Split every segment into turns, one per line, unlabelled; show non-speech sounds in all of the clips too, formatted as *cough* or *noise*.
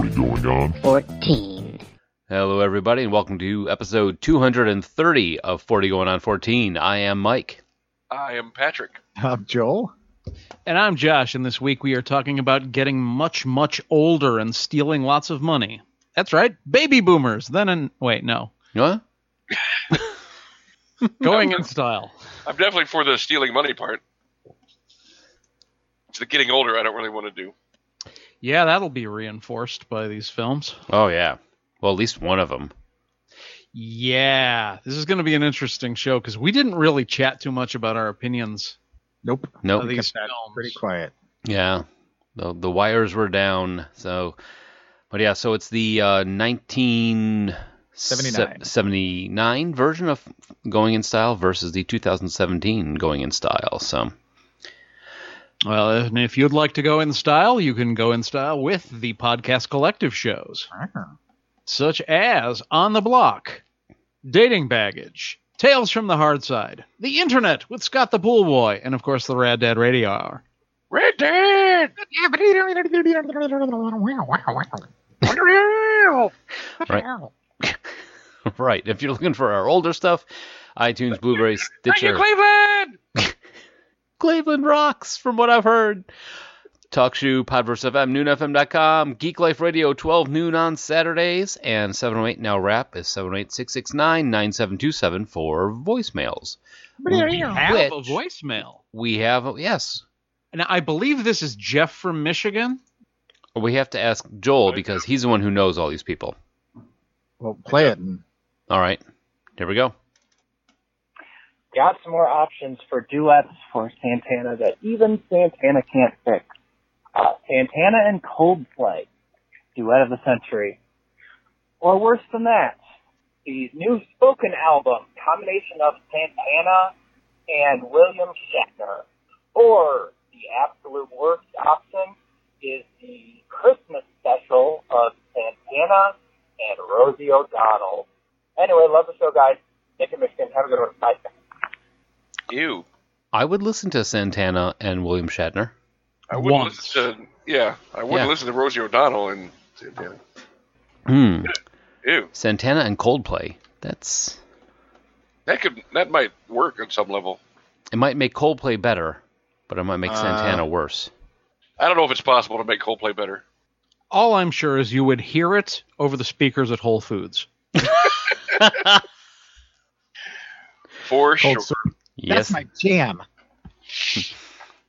God.
14.
Hello, everybody, and welcome to episode 230 of 40 Going on 14. I am Mike.
I am Patrick.
I'm Joel.
And I'm Josh, and this week we are talking about getting much, much older and stealing lots of money. That's right, baby boomers. Then and wait, no,
Huh?
going in style.
I'm definitely for the stealing money part. It's the getting older I don't really want to do.
Yeah, that'll be reinforced by these films.
Oh, yeah. Well, at least one of them.
Yeah, this is going to be an interesting show because we didn't really chat too much about our opinions
Nope.
Nope.
of these
that
films.
Pretty quiet.
Yeah, the the wires were down. So, but yeah, so it's the uh, nineteen seventy
79.
nine version of Going in Style versus the 2017 Going in Style. So, *laughs*
Well, and if you'd like to go in style, you can go in style with the podcast collective shows, such as On the Block, Dating Baggage, Tales from the Hard Side, The Internet with Scott the Pool Boy, and of course the Rad Dad Radio Hour.
Red Dead!
right, if you're looking for our older stuff, iTunes, Blueberry,
Thank you,
Stitcher,
Cleveland!
Cleveland rocks, from what I've heard. TalkShoe, Podverse FM, NoonFM.com, Geek Life Radio, 12 noon on Saturdays, and 708 Now Rap is 708 669 9727 for voicemails.
We have a
Which-
voicemail.
We have, yes,
And I believe this is Jeff from Michigan.
we have to ask Joel because he's the one who knows all these people.
Well, play it. And
All right, here we go.
Got some more options for duets for Santana that even Santana can't fix. Uh, Santana and Coldplay, duet of the century. Or worse than that, the new spoken album, combination of Santana and William Shatner. Or the absolute worst option is the Christmas special of Santana and Rosie O'Donnell. Anyway, love the show, guys. Nick and Michigan, have a good one. Bye.
Ew.
I would listen to Santana and William Shatner.
I wouldn't
Once.
listen to yeah, I wouldn't
Yeah.
listen to Rosie O'Donnell and Santana.
Hmm,
Ew.
Santana and Coldplay. That's
That could that might work on some level.
it might make Coldplay better, but it might make Santana worse.
I don't know if it's possible to make Coldplay better.
All I'm sure is you would hear it over the speakers at Whole Foods.
For
cold
sure.
Sword.
Yes,
That's my jam.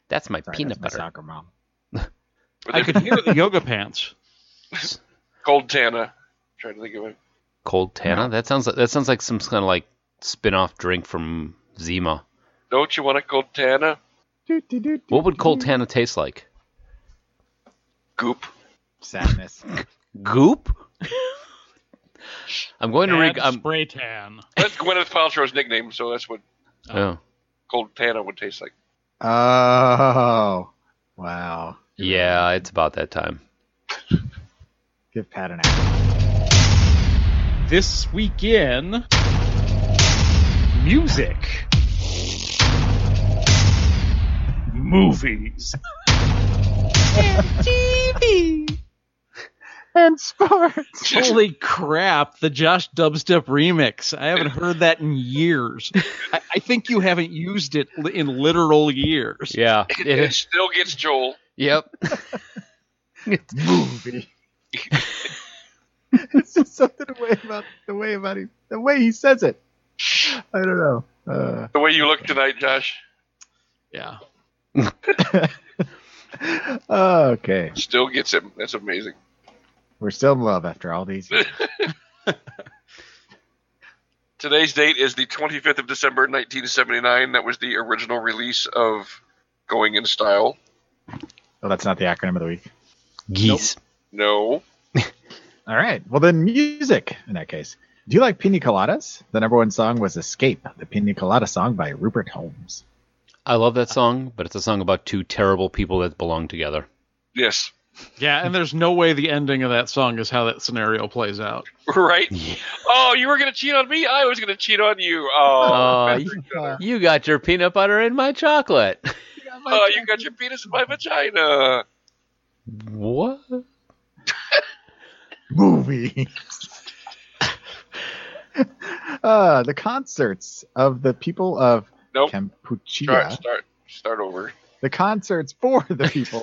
that's my
Sorry,
peanut
that's my
butter.
soccer mom.
But
I
then *laughs*
could hear *laughs* the yoga pants.
Cold Tana. trying to think of it.
Cold Tana. That sounds like that sounds like some kind of like spin-off drink from Zima.
Don't you want a Cold Tana?
What would Cold Tana taste like?
Goop.
Sadness.
Goop. *laughs* I'm going to re-
Add
I'm,
spray tan.
That's Gwyneth Paltrow's nickname, so that's what
oh
Cold Tana would taste like.
oh, wow.
yeah, it's about that time.
Give Pat an app.
This week in music, movies, and TV, and sports. Holy crap! The Josh Dubstep remix. I haven't heard that in years. I, I think you haven't used it li- in literal years.
Yeah,
It,
it is.
still gets Joel.
*laughs* Yep.
Movie.
*laughs*
it's just something the way about the way about he, the way he says it. I don't know. Uh,
The way you look tonight, Josh.
Yeah.
Uh, okay,
Still gets him. That's amazing.
we're still in love after all these. years.
Today's date is the 25th of December, 1979. That was the original release of Going in Style.
Oh, that's not the acronym of the week.
Geese.
No.
All right. Well, then music in that case. Do you like pina coladas? The number one song was "Escape," the pina colada song by Rupert Holmes.
I love that song, but it's a song about two terrible people that belong together.
Yes. *laughs*
Yeah, and there's no way the ending of that song is how that scenario plays out.
Right?
Yeah.
Oh, you were going to cheat on me? I was going to cheat on you. Oh,
Uh, you got your peanut butter in my chocolate.
oh you got your penis in my vagina.
What? *laughs*
movie. uh, the concerts of the people of
Nope.
Kampuchea.
Start, start, start over.
The concerts for the people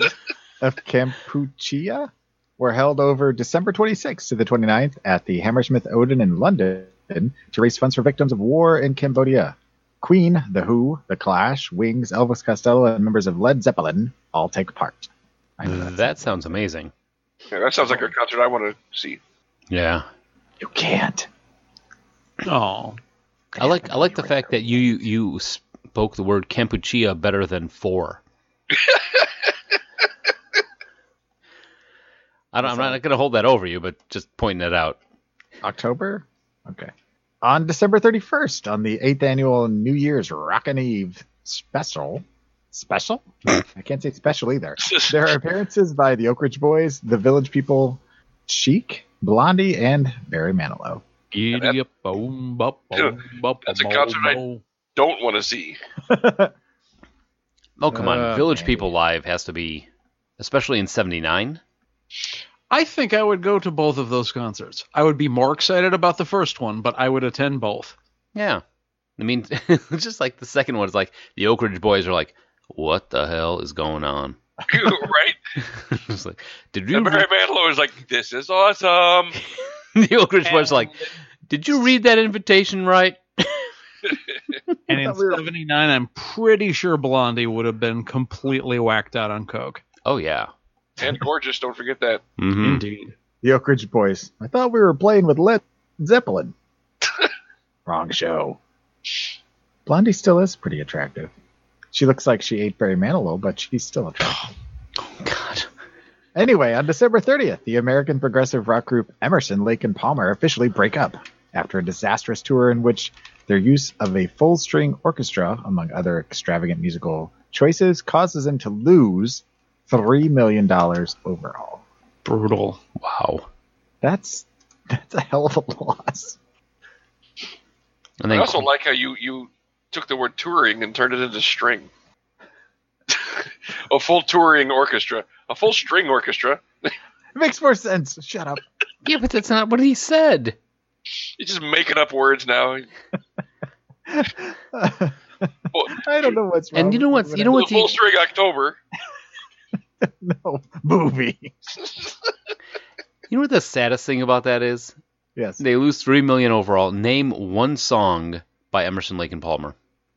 of Kampuchea were held over December 26th to the 29th at the Hammersmith Odin in London to raise funds for victims of war in Cambodia. Queen, The Who, The Clash, Wings, Elvis Costello, and members of Led Zeppelin all take part. I know that's-
That sounds amazing.
Yeah, that sounds like a concert I want to see.
Yeah.
You can't.
Oh,
I like I like the fact that you you spoke the word Kampuchea better than *laughs* four. I don't, I'm not going to hold that over you, but just pointing it out.
October? Okay. On December 31st, on the 8th annual New Year's Rockin' Eve special. Special? I can't say special either. There are appearances by the Oak Ridge Boys, the Village People, Chic, Blondie, and Barry Manilow.
giddy up, boom, bop, boom, bop,
That's a
boom,
concert I-
boom.
Don't want to see. *laughs*
Oh come
Uh,
on, Village
man.
People Live has to be, especially in '79.
I think I would go to both of those concerts. I would be more excited about the first one, but I would attend both.
Yeah, I mean, *laughs* it's just like the second one is like the Oak Ridge Boys are like, "What the hell is going on?" *laughs*
right?
It's like, did you
And Barry Manilow is like, this is awesome.
*laughs* the Oak Ridge Boys are like, did you read that invitation right?
And in
thought we were-
'79, I'm pretty sure Blondie would have been completely whacked out on coke.
Oh yeah.
And gorgeous, don't forget that.
Mm-hmm.
Indeed.
The Oak Ridge Boys. I thought we were playing with Led Zeppelin. Wrong show. Blondie still is pretty attractive. She looks like she ate Barry Manilow, but she's still attractive.
*laughs* God.
Anyway, on December 30th, the American progressive rock group Emerson, Lake, and Palmer officially break up after a disastrous tour in which their use of a full string orchestra, among other extravagant musical choices, causes them to lose $3 million overall.
Brutal.
Wow.
That's that's a hell of a loss.
And
I
then
also like how you, you took the word touring and turned it into string. *laughs* a full touring orchestra. A full string orchestra.
It makes more sense. Shut up.
yeah, but that's not what he said.
You're just making up words now. Well,
*laughs* I don't know what's wrong.
And you know
with
what's- you know
the
what's
full
he-
string October.
*laughs* No movie.
You know what the saddest thing about that is?
Yes.
They lose three million overall. Name one song by Emerson, Lake, and Palmer.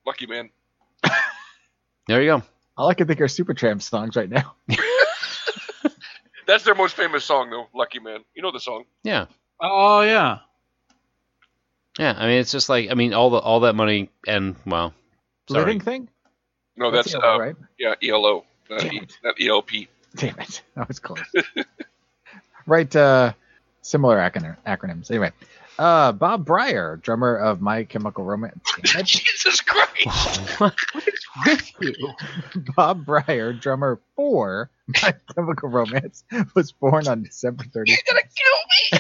Lucky man.
There you go.
All I can think are Supertramp songs right now.
That's their most famous song, though. Lucky man. You know the song.
Yeah,
Oh yeah.
yeah. I mean, it's just like I mean, all the all that money and well, sorry.
Living thing?
No, that's,
the
uh,
other one, E right?
yeah, ELO. Not,
Damn
e,
it.
not ELP.
*laughs* Damn it. That was close. right. Uh, similar acron- acronyms. Anyway, uh, Bob Breyer, drummer of My Chemical Romance. Damn
*laughs*
it.
Jesus Christ.
What?
*laughs* Bob Breyer, drummer for My Chemical Romance, was born on December 30th.
You're gonna kill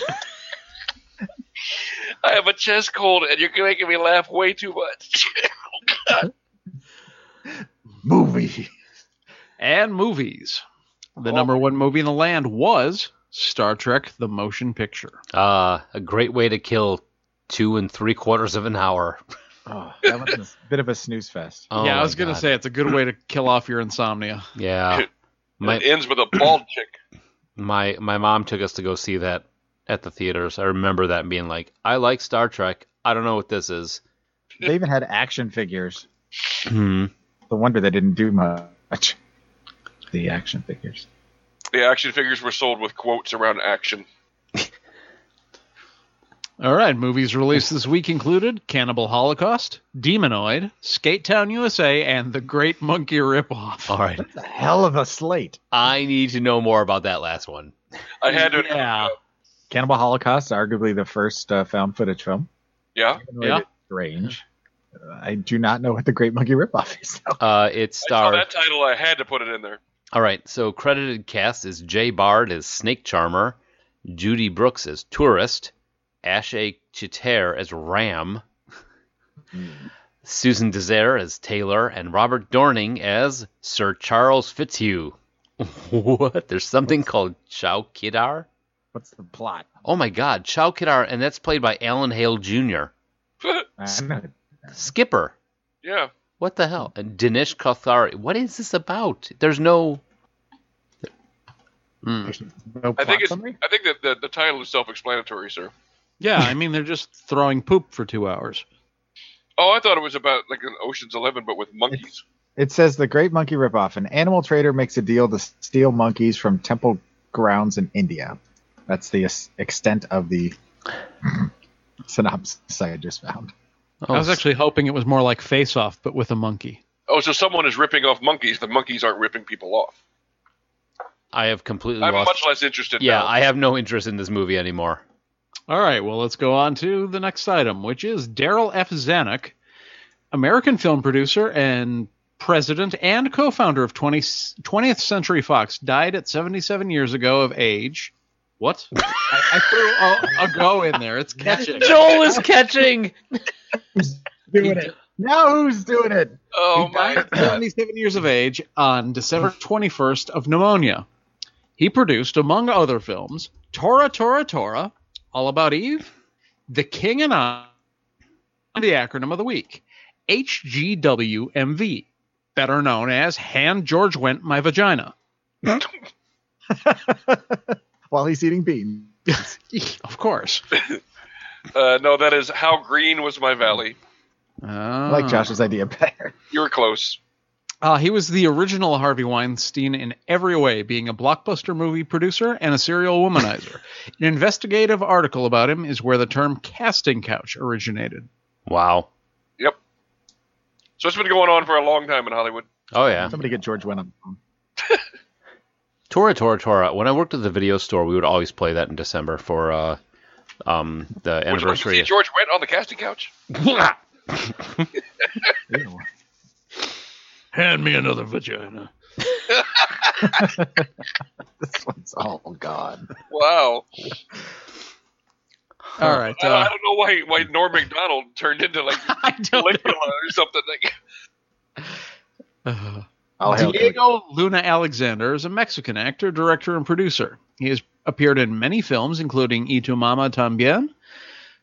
me. I have a chest cold, and you're making me laugh way too much.
Movie.
And movies. The
Oh.
number one movie in the land was Star Trek: The Motion Picture.
Uh, a great way to kill two and three quarters of an hour.
Oh, that was a bit of a snooze fest.
Oh
yeah, I
my
was gonna
God.
say it's a good way to kill off your insomnia.
Yeah, my
it ends with a bald chick.
my my mom took us to go see that at the theaters. I remember that and being like, I like Star Trek. I don't know what this is.
They even had action figures.
Hmm.
No wonder they didn't do much. The action figures.
The action figures were sold with quotes around action.
All right, movies released this week included Cannibal Holocaust, Demonoid, Skate Town USA, and The Great Monkey Ripoff.
All right,
That's a hell of a slate.
I need to know more about that last one.
I had to.
Yeah.
Cannibal Holocaust, arguably the first uh, found footage film.
Yeah.
Yeah.
Strange. Uh, I do not know what the Great Monkey Ripoff is. Though. *laughs*
Uh, it
I saw
starred.
that title. I had to put it in there. *laughs*
All right, so credited cast is Jay Bard as Snake Charmer, Judy Brooks as Tourist, Ashe Chitter as Ram, Susan Desire as Taylor, and Robert Dorning as *laughs* Sir Charles Fitzhugh. What? There's something called Chowkidar?
What's the plot?
Oh my God, Chow Kidar, and that's played by Alan Hale Jr.
I know.
Skipper.
yeah.
What the hell? And Dinesh Kothari. What is this about? There's no. Hmm.
There's no plot
I think it's.
summary.
I think that the, the title is self-explanatory, sir.
Yeah, I mean they're just throwing poop for two hours.
Oh, I thought it was about like an Ocean's Eleven, but with monkeys.
It says the Great Monkey Ripoff. An animal trader makes a deal to steal monkeys from temple grounds in India. That's the es- extent of the *clears throat* synopsis I had just found.
Oh,
I was actually hoping it was more like Face Off, but with a monkey.
Oh, so someone is ripping off monkeys. The monkeys aren't ripping people off.
I have completely
I'm
lost.
much less interested.
yeah,
now.
I have no interest in this movie anymore.
All right, well let's go on to the next item, which is Daryl F. Zanuck, American film producer and president and co-founder of 20, 20th Century Fox, died at 77 years ago of age. What? I, *laughs* I threw a, a go in there. It's catching.
Joel is catching.
Doing it now? Who's doing it?
oh
he
my
died at
*laughs*
god.
77 years of age on December 21st of pneumonia. He produced, among other films, Tora, Tora, Tora, All About Eve, The King and I, and the acronym of the week, HGWMV, better known as Hand George Went My Vagina.
While he's eating beans. *laughs*
of course.
Uh, no, that is how green was my valley.
I
Ah.
like Josh's idea better.
You were close.
Uh, he was the original Harvey Weinstein in every way, being a blockbuster movie producer and a serial *laughs* womanizer. An investigative article about him is where the term casting couch originated.
Wow.
Yep. So it's been going on for a long time in Hollywood.
Oh yeah.
Somebody get George Wenham.
Tora Tora Tora. When I worked at the video store, we would always play that in December for uh, um, the
Would you like to see
anniversary.
George went on the casting couch?
Ew.
Hand me another vagina.
*laughs* this one's oh, all gone.
Wow.
All right.
I, I
Uh,
don't know why why Norm Macdonald turned
*laughs*
into like
*laughs* I don't.
Caligula or something. Like,
Uh,
I'll help you.
Diego Luna Alexander is a Mexican actor, director, and producer. He has appeared in many films, including Y Tu Mama Tambien,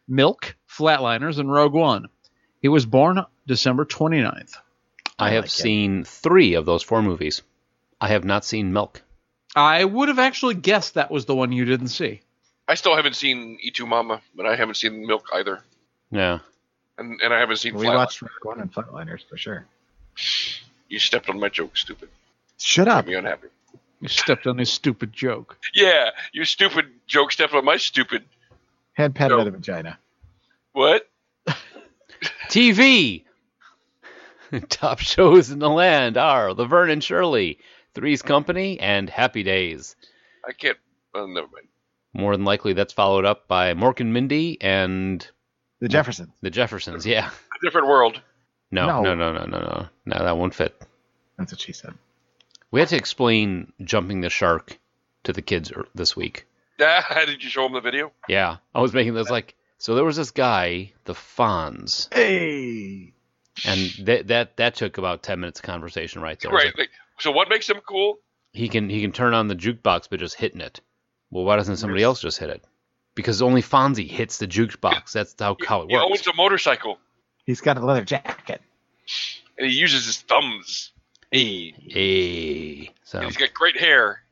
Milk, Flatliners, and Rogue One. He was born December 29th.
I have seen three of those four movies. I have not seen Milk.
I would have actually guessed that was the one you didn't see.
I still haven't seen E2 Mama, but I haven't seen Milk either,
Yeah.
and and I haven't seen.
We
Flatline.
watched Rock One and Flatliners for sure.
You stepped on my joke, stupid.
Shut
Made
up.
me unhappy.
You stepped on his stupid joke.
Yeah, your stupid joke stepped on my stupid.
Hand patted
No.
out of vagina.
What?
TV. *laughs* Top shows in the land are Laverne and Shirley, Three's Company, and Happy Days.
I can't. Oh, never mind.
More than likely, that's followed up by Mork and Mindy and
The Jeffersons.
The Jeffersons. Yeah.
A different world. *laughs*
No, no, no,
No.
no, no, no. No, that won't fit.
That's what she said.
We had to explain jumping the shark to the kids er- this week.
Ah, did you show him the video?
Yeah, I was making this like so. There was this guy, the Fonz,
Hey.
and that that that took about ten minutes of conversation right there. It was like,
Right. Like, so what makes him cool?
he can he can turn on the jukebox by just hitting it. Well, why doesn't somebody else just hit it? Because only Fonzie hits the jukebox. That's how how it
He
works.
owns a motorcycle
He's got a leather jacket.
and he uses his thumbs.
Hey.
Hey, so
And he's got great hair.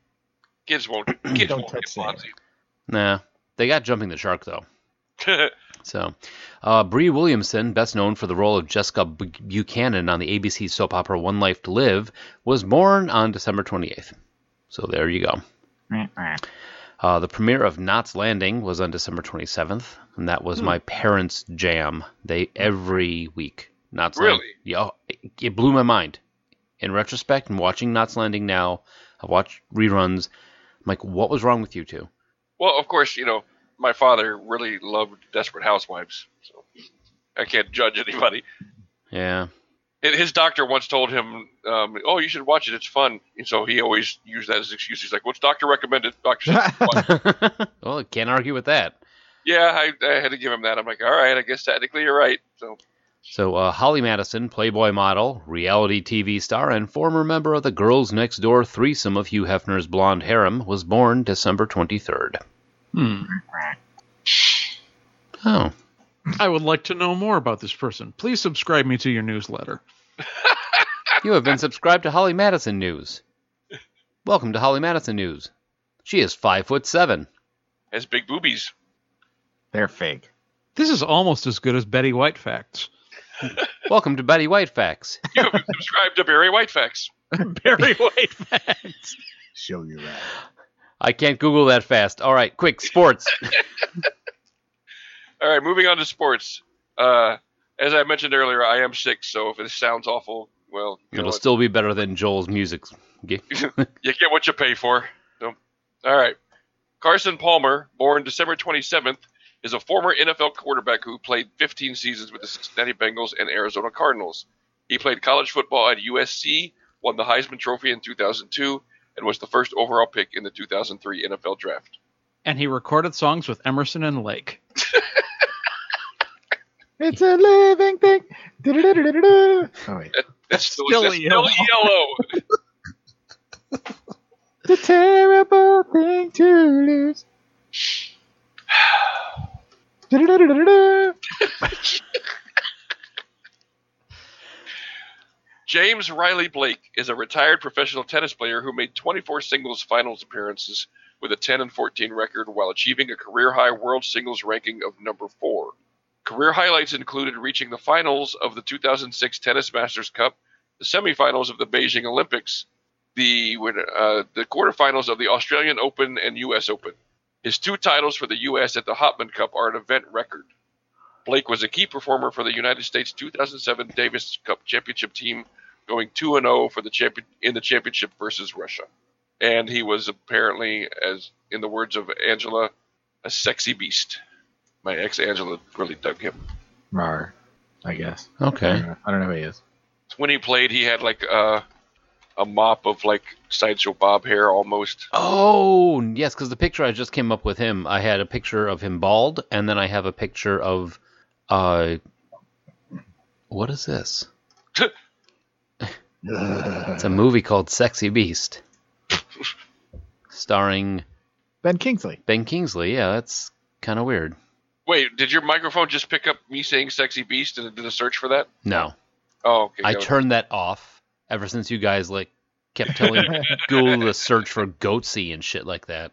Kids
*clears throat*
won't. Kids
Don't
won't get
touch that.
Fonzie.
nah, they got jumping the shark though.
*laughs*
So, uh, Bree Williamson, best known for the role of Jessica B- Buchanan on the ABC soap opera One Life to Live, was born on December 28th. So there you go. Uh, the premiere of Knots Landing was on December 27th, and that was my parents' jam. They every week. Knots Landing.
Really?
Yeah, it, it blew my mind. In retrospect, and watching Knots Landing now, I watched reruns. I'm like, what was wrong with you two?
well, of course, you know my father really loved Desperate Housewives, so I can't judge anybody.
Yeah. *laughs*
And His doctor once told him, um, "Oh, you should watch it. It's fun." And so he always used that as an excuse. He's like, "What's doctor recommended?" Doctor, said,
*laughs*
"Watch it."
well, can't argue with that.
yeah, I, I had to give him that. I'm like, "All right, I guess technically you're right." So
So, uh, Holly Madison, Playboy model, reality TV star, and former member of the Girls Next Door threesome of Hugh Hefner's blonde harem, was born December 23rd.
Hmm.
Oh.
I would like to know more about this person. Please subscribe me to your newsletter.
You have been subscribed to Holly Madison News. Welcome to Holly Madison News. She is five foot seven.
Has big boobies.
They're fake.
This is almost as good as Betty White facts.
Welcome to Betty White Facts.
You have subscribed to Barry Whitefax.
*laughs* Barry White facts.
Show you that.
I can't Google that fast. All right, quick
*laughs*
sports.
All right, moving on to sports. Uh, as I mentioned earlier, I am sick, so if it sounds awful, well, you, know
It'll
what?
still be better than Joel's music. Okay.
you get what you pay for. So, all right. Carson Palmer, born December 27th, is a former NFL quarterback who played 15 seasons with the Cincinnati Bengals and Arizona Cardinals. He played college football at USC, won the Heisman Trophy in 2002, and was the first overall pick in the 2003 NFL Draft.
And he recorded songs with Emerson and Lake.
It's a living thing. Do-do-do-do-do-do. Oh wait.
That's still,
Still
that's
yellow.
still yellow.
It's a terrible thing to lose. Do-do-do-do-do-do.
James Riley Blake is a retired professional tennis player who made 24 singles finals appearances with a 10 and 14 record while achieving a career high world singles ranking of number 4. Career highlights included reaching the finals of the 2006 Tennis Masters Cup, the semifinals of the Beijing Olympics, the win- uh, the quarterfinals of the Australian Open and US Open. His two titles for the US at the Hopman Cup are an event record. Blake was a key performer for the United States 2007 Davis Cup championship team going 2 and 0 for the champion in the championship versus Russia. And he was apparently as in the words of Angela a sexy beast. My ex Angela really dug him.
Rar, I guess. I
Okay.
don't know- I don't know who he is.
When he played, he had like a a mop of like sideshow bob hair almost.
Oh, yes, because the picture I just came up with him, I had a picture of him bald, and then I have a picture of. uh, What is this? It's a movie called Sexy Beast, starring
Ben Kingsley.
Ben Kingsley. Yeah, that's kind of weird.
Wait, did your microphone just pick up me saying sexy beast and it did a search for that?
No,
Oh, okay.
I
got it.
turned that off ever since you guys like kept telling Google to search for goatsy and shit like that.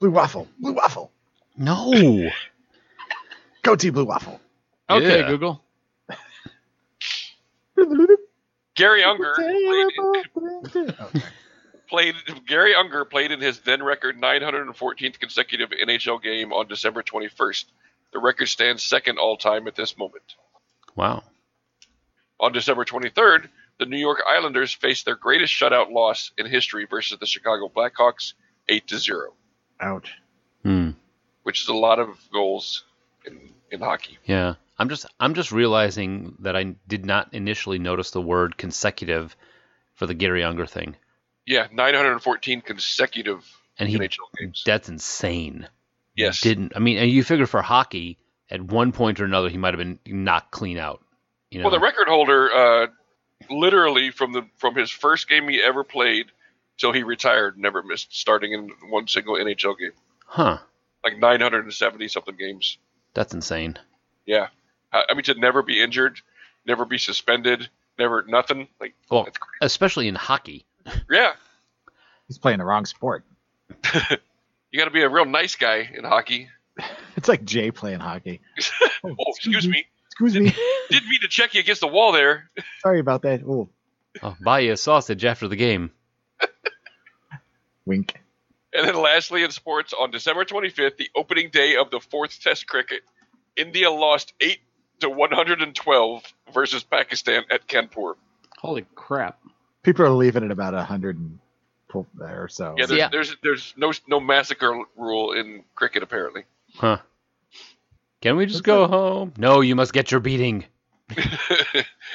Blue waffle. Blue waffle.
No.
Goatee
*laughs*
blue waffle.
Okay,
Yeah.
Google.
Gary Unger played,
Terrible thing to- Okay.
played Gary Unger played in his then record 914th consecutive NHL game on December 21st. The record stands second all time at this moment.
Wow.
On December 23rd, the New York Islanders faced their greatest shutout loss in history versus the Chicago Blackhawks, 8 to 0,
Ouch.
Hmm.
which is a lot of goals in, in hockey.
Yeah. I'm just I'm just realizing that I did not initially notice the word consecutive for the Gary Unger thing.
Yeah, 914 consecutive
And he
NHL games.
that's insane.
yes.
Didn't I mean and you figure for hockey at one point or another he might have been knocked clean out. You know?
Well, the record holder, uh, literally from the from his first game he ever played till he retired, never missed starting in one single NHL game,
huh.
like 970 something games.
That's insane.
Yeah, I, I mean to never be injured, never be suspended, never nothing. Like
Well,
That's crazy.
especially in hockey.
yeah,
He's playing the wrong sport.
you got to be a real nice guy in hockey.
It's like Jay playing hockey.
*laughs* Oh,
*laughs*
excuse me,
Excuse me.
didn't mean to check you against the wall there.
Sorry about that. Oh,
I'll buy you a sausage after the game.
wink.
And then lastly, in sports, on December 25th, the opening day of the fourth Test cricket, India lost 8 to 112 versus Pakistan at Kanpur.
Holy crap.
People are leaving at about a hundred and po- or so.
Yeah, there's,
Yeah.
there's there's no no massacre rule in cricket apparently. *laughs*
Huh. Can we just go home? No, you must get your beating.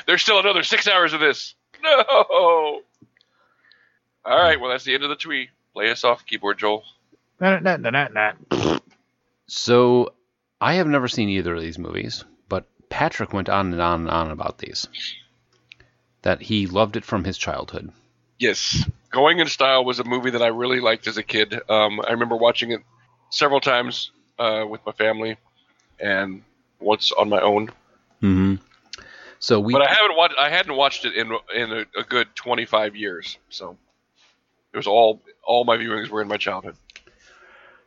there's still another six hours of this. No. All right. Well, that's the end of the tweet. Play us off, keyboard Joel.
Nah, nah, nah, nah, nah.
So I have never seen either of these movies, but Patrick went on and on and on about these. That he loved it from his childhood.
Yes, Going in Style was a movie that I really liked as a kid. Um, I remember watching it several times uh, with my family, and once on my own.
Mm-hmm. So we
But I haven't watched. I hadn't watched it in in a, a good twenty five years. So it was all all my viewings were in my childhood.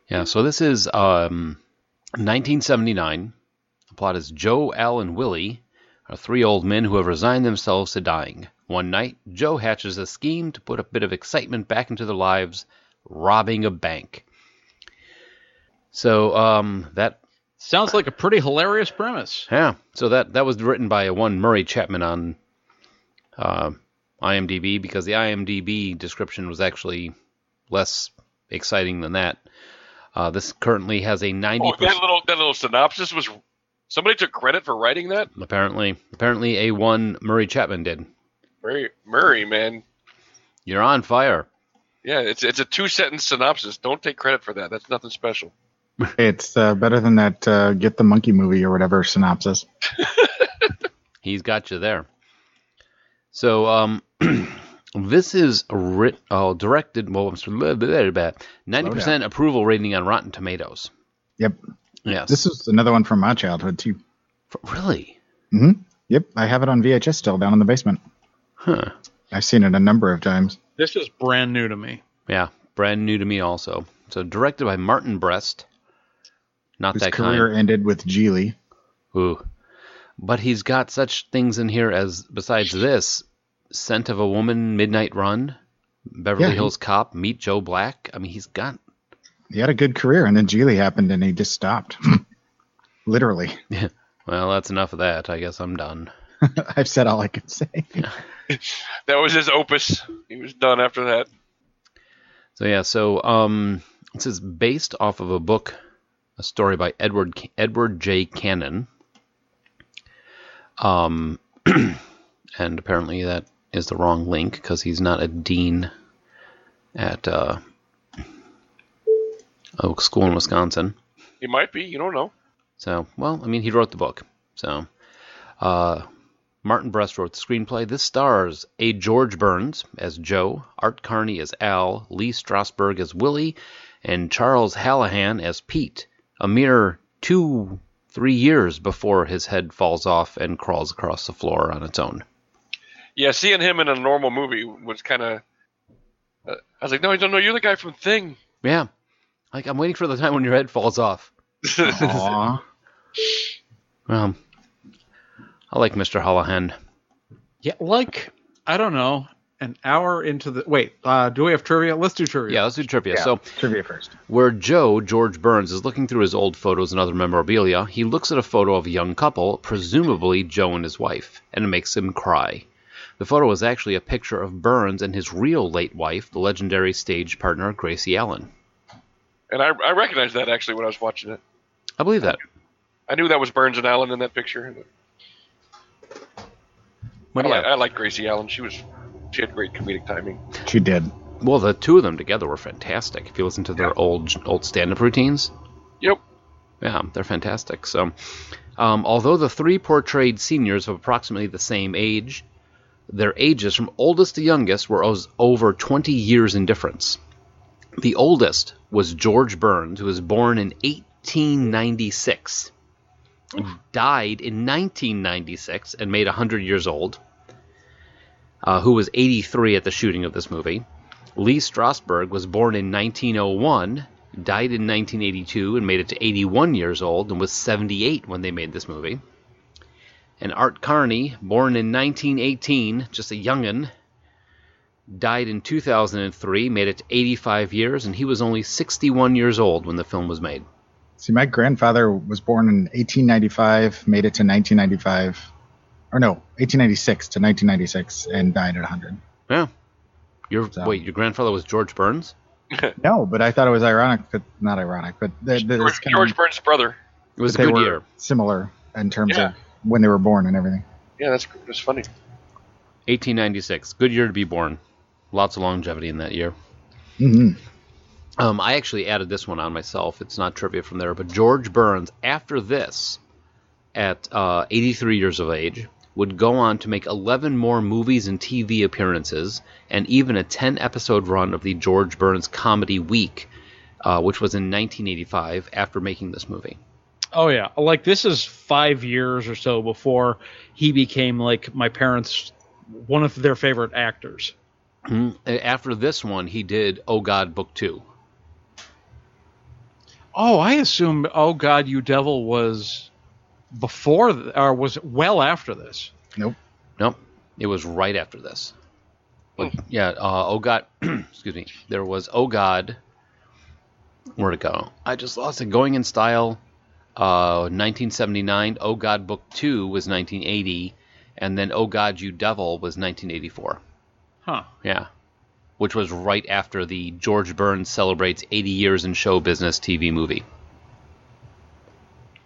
Yeah, so this is um, 1979. The plot is Joe, Al, and Willie are three old men who have resigned themselves to dying. One night, Joe hatches a scheme to put a bit of excitement back into their lives, robbing a bank. So um, that
Sounds like a pretty hilarious premise.
yeah, so that that was written by one Murray Chapman on uh, IMDb because the IMDb description was actually less exciting than that. Uh, this currently has a ninety
Oh, that
percent.
little that little synopsis was. Somebody took credit for writing that.
Apparently, apparently, a one Murray Chapman did.
Murray, Murray, man.
You're on fire.
Yeah, it's it's a two sentence synopsis. Don't take credit for that. That's nothing special.
It's uh, better than that uh, "Get the Monkey" movie or whatever synopsis.
He's got you there. So, um, *clears throat* this is writ- oh, directed. Well,
Oh,
ninety percent approval rating on Rotten Tomatoes.
Yep,
Yes.
this is another one from my childhood too.
really?
hmm Yep, I have it on VHS still down in the basement.
Huh.
I've seen it a number of times.
This is brand new to me.
Yeah, brand new to me also. So directed by Martin Brest. Not
His
that
career ended with Geely.
kind. Ooh. But he's got such things in here as besides this, Scent of a Woman, Midnight Run, Beverly
Yeah, he-
Hills Cop, Meet Joe Black. I mean, he's got
He had a good career, and then Geely happened, and he just stopped. *laughs* Literally,
well, that's enough of that. I guess I'm done.
I've said all I could say.
*laughs*
That was his opus. He was done after that.
So yeah, so um, this is based off of a book, a story by Edward Edward J. Cannon. Um, *clears throat* and apparently that is the wrong link because he's not a dean at uh, Oak School in Wisconsin.
He might be. You don't know.
So, well, I mean, he wrote the book. So, uh, Martin Brest wrote the screenplay. This stars A. George Burns as Joe, Art Carney as Al, Lee Strasberg as Willie, and Charles Hallahan as Pete. A mere two, three years before his head falls off and crawls across the floor on its own.
Yeah, seeing him in a normal movie was kind of. Uh, I was like, no, I don't know. You're the guy from Thing.
Yeah, like I'm waiting for the time when your head falls off.
Aw.
Um, I like Mr. Hallahan.
Yeah, like I don't know, an hour into the wait. Uh, do we have trivia? Let's do
Yeah,
trivia.
let's do trivia. So
Trivia first.
Where Joe, George Burns, is looking through his old photos and other memorabilia, he looks at a photo of a young couple, presumably Joe and his wife, and it makes him cry. The photo is actually a picture of Burns and his real late wife, the legendary stage partner Gracie Allen.
And I, I recognized that actually when I was watching it.
I believe that.
I knew that was Burns and Allen in that picture.
Well,
I, like,
yeah.
I like Gracie Allen. She was she had great comedic timing.
She did.
well, the two of them together were fantastic. If you listen to their old old stand-up routines,
Yep.
Yeah, they're fantastic. So, um, although the three portrayed seniors of approximately the same age, their ages from oldest to youngest were os- over 20 years in difference. The oldest was George Burns, who was born in 1896, died in 1996, and made 100 years old, uh, who was 83 at the shooting of this movie. Lee Strasberg was born in 1901, died in 1982, and made it to 81 years old, and was 78 when they made this movie. And Art Carney, born in 1918, just a youngin, died in 2003, made it to 85 years, and he was only 61 years old when the film was made.
See, my grandfather was born in 1895, made it to 1995, or no, 1896 to 1996, and died at 100.
Yeah. Your
So-
wait, your grandfather was George Burns?
No, but I thought it was ironic, but not ironic, but th- th- it's
George,
kind
George
of,
Burns' brother.
It was a
they
good
were
year.
similar in terms
Yeah.
of when they were born and everything.
Yeah, that's that's funny.
1896. Good year to be born. Lots of longevity in that year.
hmm
Um, I actually added this one on myself. It's not trivia from there, but George Burns, after this, at uh, 83 years of age, would go on to make 11 more movies and TV appearances, and even a 10 episode run of the George Burns comedy Week, uh, which was in 1985 after making this movie.
Oh yeah, like this is five years or so before he became like my parents, one of their favorite actors.
Mhm. After this one, he did Oh God Book Two.
Oh, I assume. Oh God, you devil was before th- or was well after this.
Nope, it was right after this. But, yeah, uh, Oh God, *clears throat* excuse me. There was Oh God. Where'd it go? I just lost it. Going in Style, uh, 1979. Oh God Book Two was 1980, and then Oh God You Devil was 1984.
Huh.
Yeah, which was right after the George Burns celebrates 80 years in show business TV movie.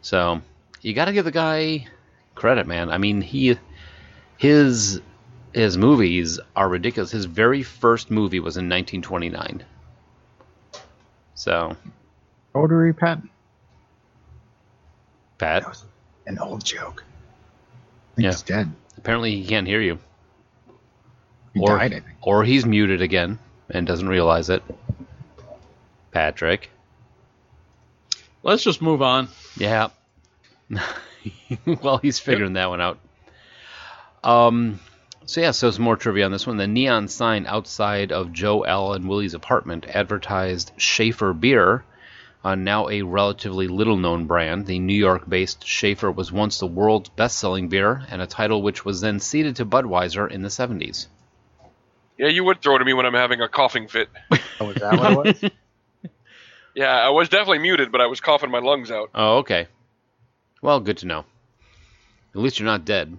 So you got to give the guy credit, man. I mean, he his his movies are ridiculous. His very first movie was in 1929. So,
Rotary Pat?
Pat,
An old joke. I think
Yeah.
he's dead.
apparently he can't hear you,
He
Or-
died, I think.
or he's muted again and doesn't realize it. Patrick.
Let's just move on.
Yeah. *laughs* well, he's figuring that one out. Um, so yeah, so some more trivia on this one. The neon sign outside of Joe L and Willie's apartment advertised Schaefer beer, uh, now a relatively little-known brand. The New York-based Schaefer was once the world's best-selling beer, and a title which was then ceded to Budweiser in the 70s.
Yeah, you would throw to me when I'm having a coughing fit.
Oh, was that what it was?
Yeah, I was definitely muted, but I was coughing my lungs out.
Oh, okay. Well, good to know. At least you're not dead.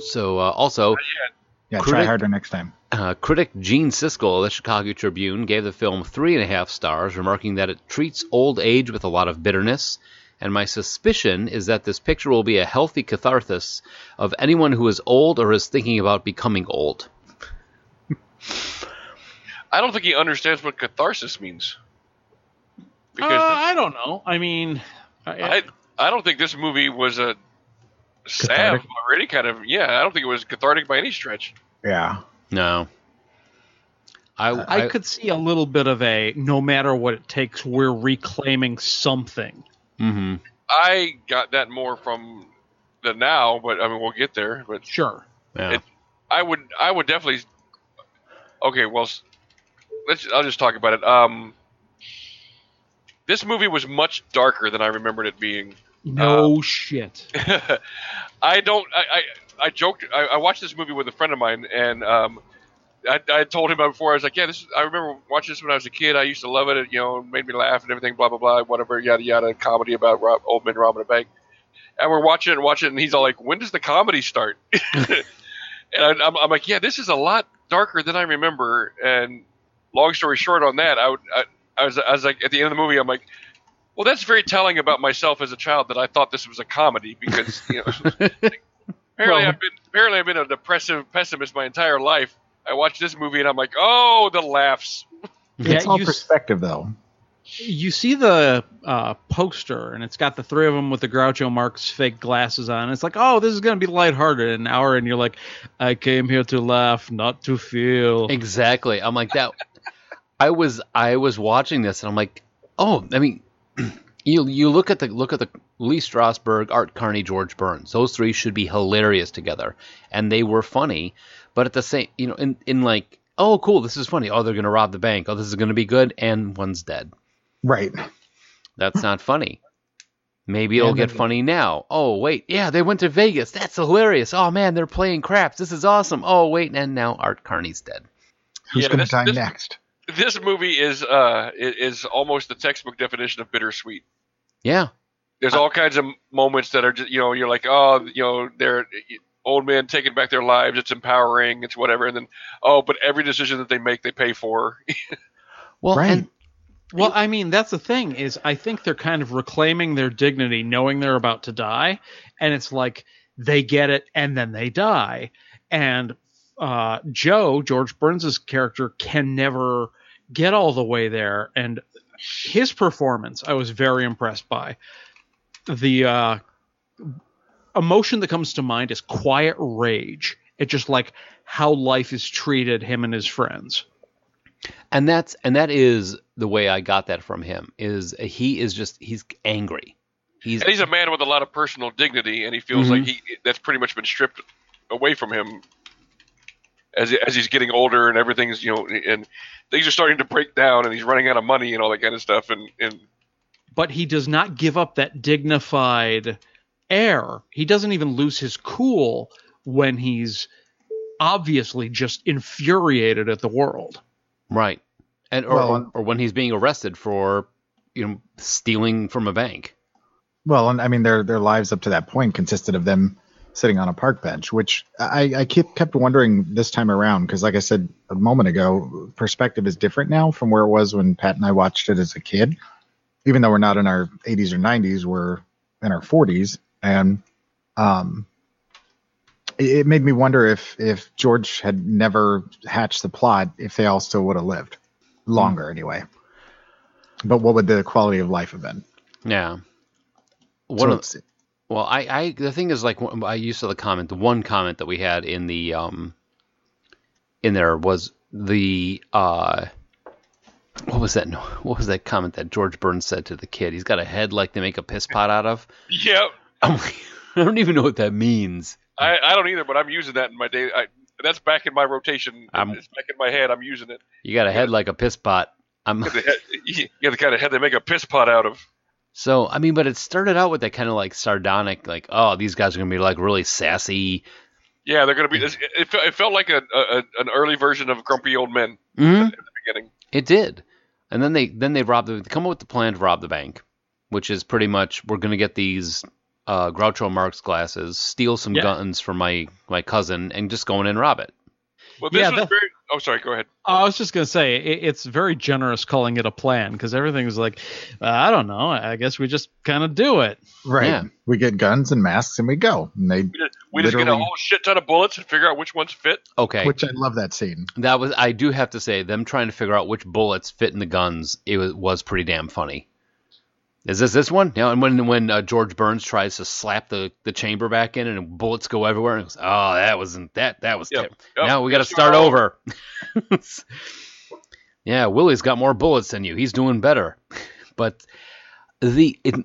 So uh, also,
*laughs* Yeah, try
Critic-
harder next time.
Uh, critic Gene Siskel of the Chicago Tribune gave the film three and a half stars, remarking that it treats old age with a lot of bitterness. And my suspicion is that this picture will be a healthy catharsis of anyone who is old or is thinking about becoming old.
I don't think he understands what catharsis means.
Uh,
Because
I don't know. I mean, I,
I I don't think this movie was a salve
Cathartic?
or any kind of yeah. I don't think it was cathartic by any stretch.
Yeah.
No. I,
I,
I,
could see a little bit of a no matter what it takes, we're reclaiming something.
hmm
I got that more from the now, but I mean we'll get there. But
Sure.
yeah.
It- I would I would definitely. Okay, well, s- let's. I'll just talk about it. Um, this movie was much darker than I remembered it being.
No shit.
*laughs* I don't. I I, I joked. I, I watched this movie with a friend of mine, and um, I, I told him before. I was like, "Yeah, this. Is, I remember watching this when I was a kid. I used to love it. It, you know, made me laugh and everything. Blah blah blah. Whatever. Yada yada. Comedy about Rob, old man robbing a bank. And we're watching it and watching it, and he's all like, "When does the comedy start?" *laughs* and I, I'm, I'm like, "Yeah, this is a lot darker than I remember." And long story short, on that, I would. I, I was, I was like, at the end of the movie, I'm like, well, that's very telling about myself as a child that I thought this was a comedy because you know, *laughs* apparently
Well-
I've been apparently I've been a depressive pessimist my entire life. I watched this movie and I'm like, oh, the laughs.
It's all
you, s-
perspective, though.
you see the uh, poster, and it's got the three of them with the Groucho Marx fake glasses on. It's like, oh, this is going to be lighthearted in an hour, and you're like, I came here to laugh, not to feel.
Exactly. I'm like that. I was I was watching this and I'm like, oh, I mean, *clears throat* you you look at the look at the Lee Strasberg, Art Carney, George Burns. Those three should be hilarious together, and they were funny. But at the same, you know, in in like, oh, cool, this is funny. Oh, they're gonna rob the bank. Oh, this is gonna be good. And one's dead.
Right.
That's not funny. Maybe it'll
And
get
then-
funny now. Oh wait, yeah, they went to Vegas. That's hilarious. Oh man, they're playing craps. This is awesome. Oh wait, and now Art Carney's dead.
Who's
Yeah,
going
this-
to die
this-
next?
This movie is uh i- is almost the textbook definition of bittersweet.
Yeah.
There's all kinds of moments that are just you know you're like oh you know they're old men taking back their lives. It's empowering. It's whatever. And then oh, but every decision that they make, they pay for. *laughs*
Well,
Right.
and
Well, I mean, that's the thing is I think they're kind of reclaiming their dignity knowing they're about to die and it's like they get it and then they die. And uh Joe, George Burns's character can never get all the way there and his performance I was very impressed by. The uh emotion that comes to mind is quiet rage at just like how life is treated him and his friends.
and that's and that is the way I got that from him. Is he is just he's angry. He's
And he's a man with a lot of personal dignity, and he feels
Mhm.
like he that's pretty much been stripped away from him as as he's getting older, and everything's you know, and things are starting to break down, and he's running out of money and all that kind of stuff, and and
but he does not give up that dignified air. He doesn't even lose his cool when he's obviously just infuriated at the world.
right, and or,
Well,
or, or when he's being arrested for you know stealing from a bank.
Well, and I mean, their their lives up to that point consisted of them sitting on a park bench, which I, I keep kept wondering this time around because, like I said a moment ago, perspective is different now from where it was when Pat and I watched it as a kid. Even though we're not in our 80s or 90s, we're in our 40s, and um, it, it made me wonder if if George had never hatched the plot, if they all still would have lived longer
Hmm.
anyway. But what would the quality of life have been?
Yeah.
So
One of,
it's-
well, I, I the thing is like I used to the comment the one comment that we had in the um in there was the uh what was that *laughs* no- what was that comment that George Burns said to the kid? He's got a head like they make a piss pot out of. *laughs*
yeah,
I'm like, I don't even know what that means.
I, I don't either, but I'm using that in my day. I, that's back in my rotation.
I'm-
it's back in my head. I'm using it.
You got a head like a piss pot.
*laughs*
I'm
The head- You got the kind of head they make a piss pot out of.
so I mean, but it started out with that kind of like sardonic, like oh these guys are gonna be like really sassy.
Yeah, they're gonna be. It, it, felt- it felt like a, a an early version of Grumpy Old Men at
Mm-hmm.
the beginning.
It did, and then they then they robbed the they come up with the plan to rob the bank, which is pretty much we're gonna get these uh, Groucho Marx glasses, steal some
Yeah.
guns from my my cousin, and just go in and rob it.
Well, this
Yeah,
was
that-
very. Oh, sorry. Go ahead.
I was just gonna say it, it's very generous calling it a plan because everything was like, uh, I don't know. I guess we just kind of do it.
Right.
Yeah.
We get guns and masks and we go. And they,
We just, we just get a
Literally.
whole shit ton of bullets and figure out which ones fit.
Okay,
which I love that scene.
that was I do have to say them trying to figure out which bullets fit in the guns. It was, was pretty damn funny. Is this this one? Yeah, and when when uh, George Burns tries to slap the, the chamber back in and bullets go everywhere, and it goes, oh that wasn't that that was
Yep.
terrible.
Yep.
Now we got to start over. *laughs* yeah, Willie's got more bullets than you. He's doing better. *laughs* But the it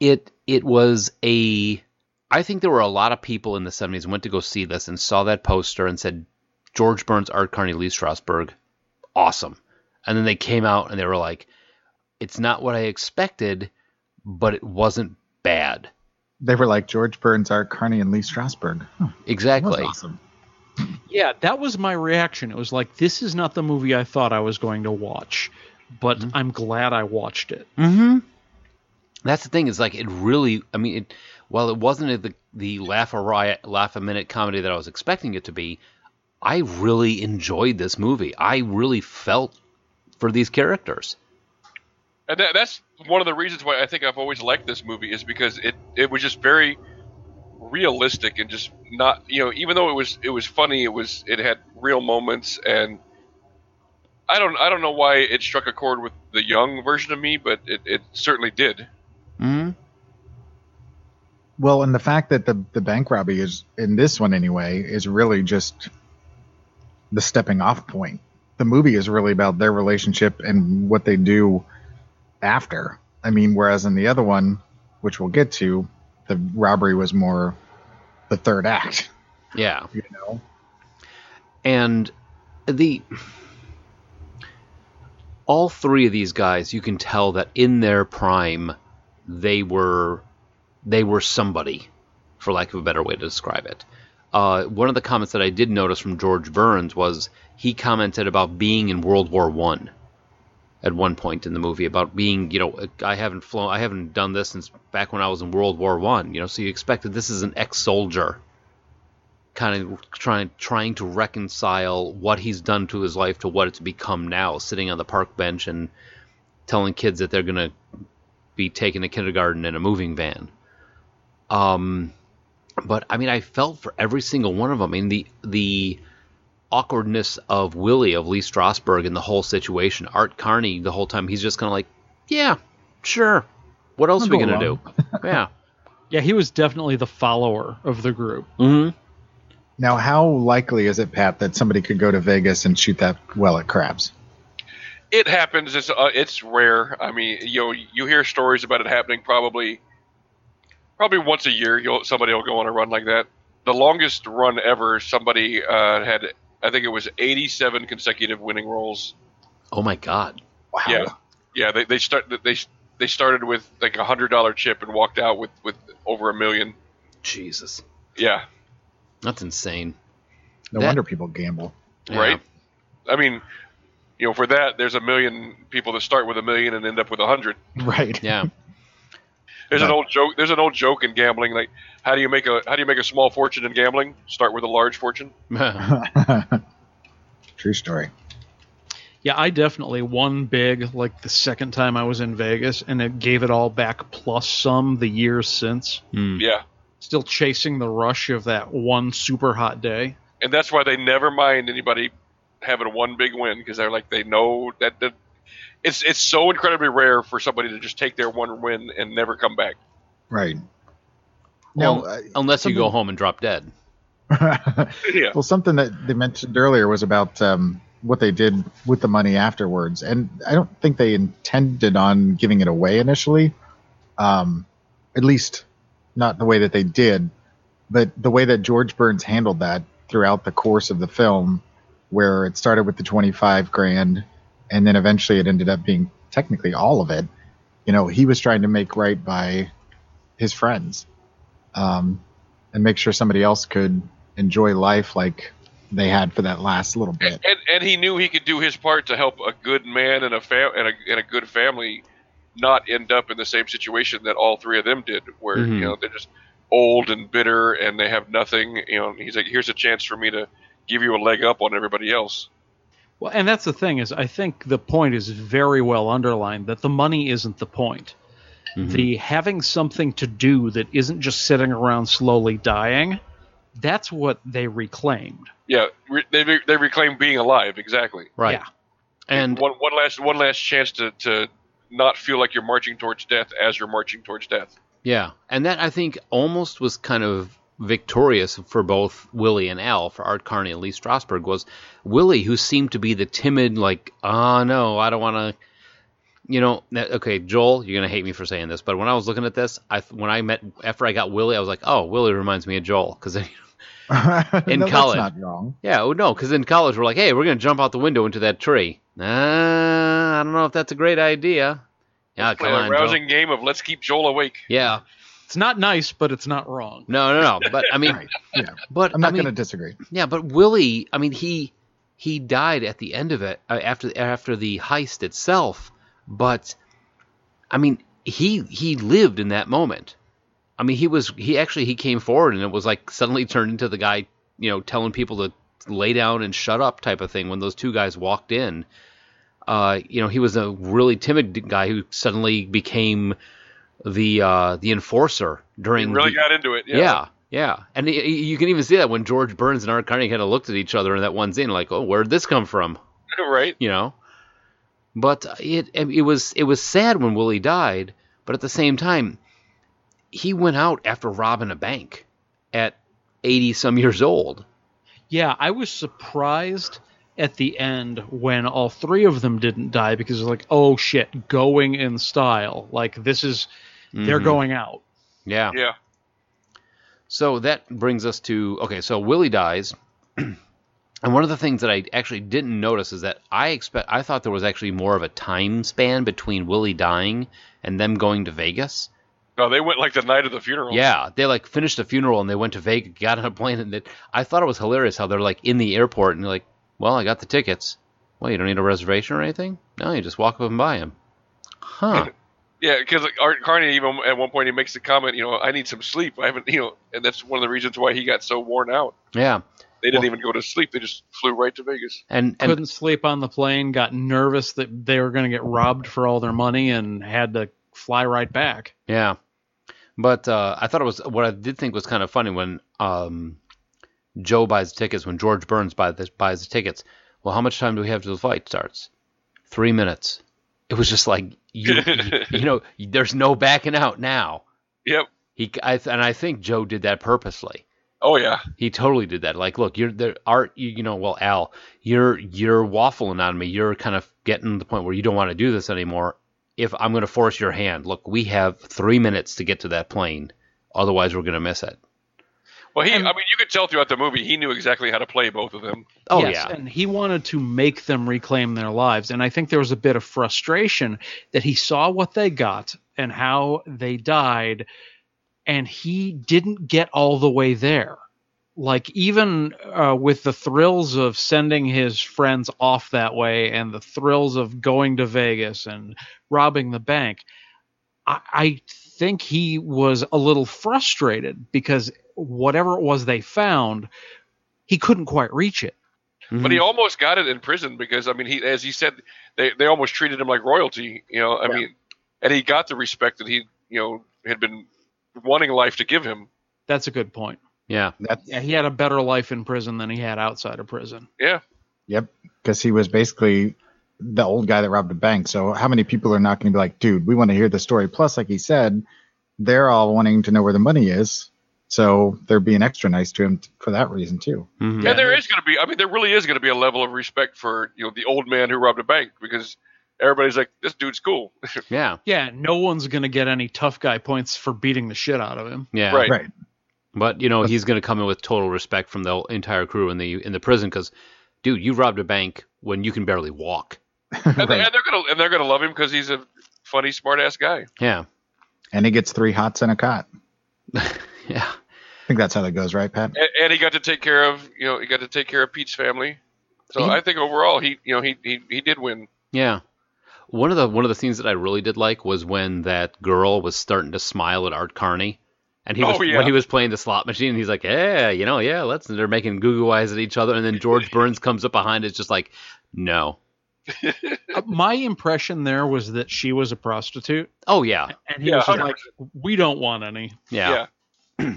it it was a I think there were a lot of people in the 70s who went to go see this and saw that poster and said George Burns, Art Carney, Lee Strasberg, awesome. And then they came out and they were like it's not what I expected, but it wasn't bad.
They were like George Burns, Art Carney, and Lee Strasberg. Huh, that was
Exactly.
awesome.
Yeah, that was my reaction. It was like, this is not the movie I thought I was going to watch, but I'm glad I watched it.
Mm-hmm. That's the thing. Is like it really. I mean, it, while it wasn't the the laugh a riot, laugh a minute comedy that I was expecting it to be, I really enjoyed this movie. I really felt for these characters.
And that, that's one of the reasons why I think I've always liked this movie is because it, it was just very realistic and just not you know even though it was it was funny it was it had real moments and I don't I don't know why it struck a chord with the young version of me but it, it certainly did.
Mm-hmm.
Well, and the fact that the, the bank robbery is, in this one anyway, is really just the stepping off point. The movie is really about their relationship and what they do after. I mean, whereas in the other one, which we'll get to, the robbery was more the third act,
Yeah.
you know?
and the all three of these guys you can tell that in their prime they were they were somebody for lack of a better way to describe it uh, one of the comments that i did notice from george burns was he commented about being in world war one at one point in the movie about being you know i haven't flown i haven't done this since back when i was in world war one you know so you expect that this is an ex-soldier kind of trying trying to reconcile what he's done to his life to what it's become now, sitting on the park bench and telling kids that they're gonna be taken to kindergarten in a moving van. Um, but I mean, I felt for every single one of them. I mean, the the awkwardness of Willie of Lee Strasberg in the whole situation. Art Carney the whole time he's just kind of like, yeah, sure. What else
I'll
are we
go *laughs*
gonna do? Yeah.
Yeah, he was definitely the follower of the group.
Mm-hmm.
Now, how likely is it, Pat, that somebody could go to Vegas and shoot that well at crabs?
It happens. It's uh, it's rare. I mean, you know, you hear stories about it happening probably probably once a year. You'll somebody will go on a run like that. The longest run ever. Somebody uh, had I think it was 87 consecutive winning rolls.
Oh my God.
Wow.
Yeah, yeah. They they start they they started with like a hundred dollar chip and walked out with with over a million.
Jesus.
Yeah,
That's insane.
No
That-
wonder people gamble. *laughs*
Yeah.
right. I mean, you know, for that there's a million people that start with a million and end up with a hundred.
Right.
Yeah. *laughs*
There's an
Right.
old joke. There's an old joke in gambling. Like, how do you make a how do you make a small fortune in gambling? Start with a large fortune.
True story.
Yeah, I definitely won big like the second time I was in Vegas, and it gave it all back plus some the years since.
Hmm.
Yeah,
Still chasing the rush of that one super hot day.
and that's why they never mind anybody having one big win because they're like they know that, that it's it's so incredibly rare for somebody to just take their one win and never come back.
Right.
Well,
Now, uh,
Unless you
something-
go home and drop dead.
*laughs*
Yeah.
Well, something that they mentioned earlier was about um, what they did with the money afterwards, and I don't think they intended on giving it away initially, um, at least not the way that they did. But the way that George Burns handled that throughout the course of the film, where it started with the twenty-five grand, and then eventually it ended up being technically all of it. You know, he was trying to make right by his friends, um, and make sure somebody else could enjoy life like they had for that last little bit.
and and he knew he could do his part to help a good man and a fam- and a and a good family not end up in the same situation that all three of them did, where
Mhm.
you know they're just old and bitter and they have nothing. You know, he's like, here's a chance for me to give you a leg up on everybody else.
Well, and that's the thing is, I think the point is very well underlined that the money isn't the point. The having something to do that isn't just sitting around slowly dying, that's what they reclaimed.
Yeah, re- they re- they reclaim being alive exactly.
Right.
Yeah.
And
One one last one last chance to to not feel like you're marching towards death as you're marching towards death.
Yeah, and that I think almost was kind of victorious for both Willie and Al, for Art Carney and Lee Strasberg, was Willie, who seemed to be the timid, like, oh no, I don't want to, you know, that, okay, Joel, you're gonna hate me for saying this, but when I was looking at this, I when I met after I got Willie, I was like, oh, Willie reminds me of Joel, because *laughs* In
*laughs* No,
college.
That's not wrong.
yeah, oh no, because in college we're like, hey, we're gonna jump out the window into that tree. Uh, I don't know if that's a great idea. Yeah,
Play
come
a
on, Joel.
rousing game of let's keep Joel awake.
Yeah,
It's not nice, but it's not wrong.
no, no, no, but I mean,
Right. Yeah.
but
I'm not
I mean,
going to disagree.
Yeah, but Willie, I mean, he he died at the end of it uh, after after the heist itself. But I mean, he he lived in that moment. I mean, he was he actually he came forward and it was like suddenly turned into the guy, you know, telling people to lay down and shut up type of thing when those two guys walked in. Uh, you know, he was a really timid guy who suddenly became the uh, the enforcer
He
during
really
the,
got into it.
yeah. yeah. And y- y- you can even see that when George Burns and Art Carney kind of looked at each other in that one scene, like, "Oh, where'd this come from?"
*laughs* right.
You know. But it it was it was sad when Willie died, but at the same time, he went out after robbing a bank at eighty some years old.
Yeah, I was surprised at the end when all three of them didn't die because it was like, oh shit, going in style. Like this is they're
Mhm.
going out.
Yeah.
Yeah.
So that brings us to okay. So Willie dies, *clears throat* and one of the things that I actually didn't notice is that I expect I thought there was actually more of a time span between Willie dying and them going to Vegas.
No, they went like the night of the funeral.
Yeah, they like finished the funeral and they went to Vegas, got on a plane, and they, I thought it was hilarious how they're like in the airport and they're like, "Well, I got the tickets. Well, you don't need a reservation or anything. No, you just walk up and buy them." Huh?
Yeah, because like, Art Carney even at one point he makes the comment, you know, I need some sleep. I haven't, you know, and that's one of the reasons why he got so worn out.
Yeah,
They didn't
Well-
even go to sleep; they just flew right to Vegas.
and and
Couldn't sleep on the plane, got nervous that they were going to get robbed for all their money and had to fly right back.
Yeah, but uh, I thought it was what I did think was kind of funny when um, Joe buys tickets when George Burns buy the, buys the tickets. Well, how much time do we have till the fight starts? Three minutes. It was just like you, you, you know, there's no backing out now.
Yep.
He I, th- and I think Joe did that purposely.
Oh yeah,
He totally did that. Like, look, you're there art. You, you know, well, Al, you're you're waffling on me. You're kind of getting to the point where you don't want to do this anymore. If I'm going to force your hand, look, we have three minutes to get to that plane. Otherwise, we're going to miss it.
well he. I mean, you could tell throughout the movie he knew exactly how to play both of them.
Oh
Yes,
yeah,
and he wanted to make them reclaim their lives, and I think there was a bit of frustration that he saw what they got and how they died, and he didn't get all the way there. Like even uh, with the thrills of sending his friends off that way, and the thrills of going to Vegas and robbing the bank, I, I think he was a little frustrated because whatever it was they found, he couldn't quite reach it.
Mhm.
But he almost got it in prison because I mean, he as he said, they they almost treated him like royalty. You know, I
Yeah.
mean, and he got the respect that he you know had been wanting life to give him.
That's a good point.
yeah.
That's
Yeah, he had a better life in prison than he had outside of prison.
Yeah,
because he was basically the old guy that robbed a bank. So how many people are not going to be like, dude, we want to hear the story? Plus, like he said, they're all wanting to know where the money is. So they're being extra nice to him t- for that reason too.
Mhm.
and there is going to be. I mean, there really is going to be a level of respect for you know the old man who robbed a bank because everybody's like, this dude's cool. *laughs*
Yeah,
Yeah, no one's gonna get any tough guy points for beating the shit out of
*laughs*
him.
yeah.
Right.
Right.
But you know, he's going to come in with total respect from the entire crew in the in the prison because, dude, you robbed a bank when you can barely walk.
And, they,
Right.
and they're gonna and they're gonna love him because he's a funny, smart ass guy.
Yeah, *laughs*
And he gets three hots and a cot.
yeah.
I think that's how that goes, right, Pat?
And, and he got to take care of you know he got to take care of Pete's family. So
He-
I think overall he you know he he, he did win.
Yeah. One of the one of the scenes that I really did like was when that girl was starting to smile at Art Carney. And he was
Oh, yeah.
when he was playing the slot machine and he's like, Yeah, you know, yeah, let's and they're making goo goo eyes at each other
*laughs*
and then George Burns comes up behind and is just like, No.
Uh, My impression there was that she was a prostitute,
Oh yeah.
and he
Yeah,
was just
100%.
like, "We don't want any."
Yeah. No.
Uh,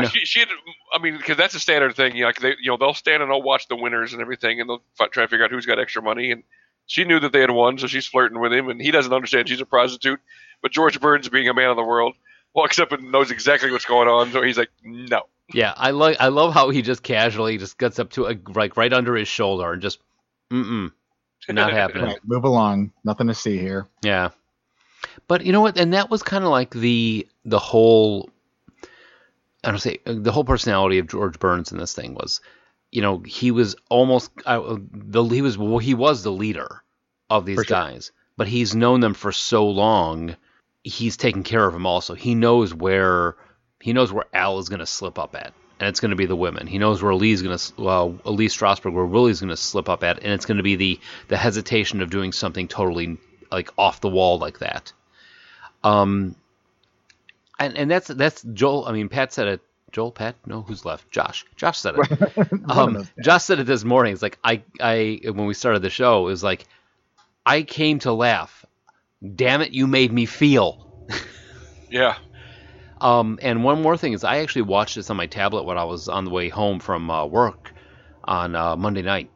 no.
She, she had, I mean, because that's a standard thing. You know, like they, you know, they'll stand and they'll watch the winners and everything, and they'll f- try to figure out who's got extra money. And she knew that they had won, so she's flirting with him, and he doesn't understand she's a prostitute. But George Burns, being a man of the world, walks up and knows exactly what's going on, so he's like, "No,
Yeah, I like I love how he just casually just gets up to a, like right under his shoulder and just mm mm.
*laughs*
Not happening.
Right. Move along. Nothing to see here.
Yeah. But you know what? And that was kind of like the the whole I don't say uh, the whole personality of George Burns in this thing was, you know, he was almost uh, the he was well, he was the leader of these
For sure.
guys, but he's known them for so long, he's taken care of them also. He knows where he knows where Al is going to slip up at, and it's going to be the women. He knows where Lee's going to, well, Lee Strasberg, where Willie's going to slip up at, and it's going to be the the hesitation of doing something totally like off the wall like that. Um, and and that's that's Joel. I mean, Pat said it. Joel, Pat, no, who's left? Josh. Josh said it. um, Josh said it this morning. It's like I I when we started the show, it was like I came to laugh. Damn it, you made me feel.
yeah,
Um, and one more thing is, I actually watched this on my tablet when I was on the way home from uh, work on uh, Monday night.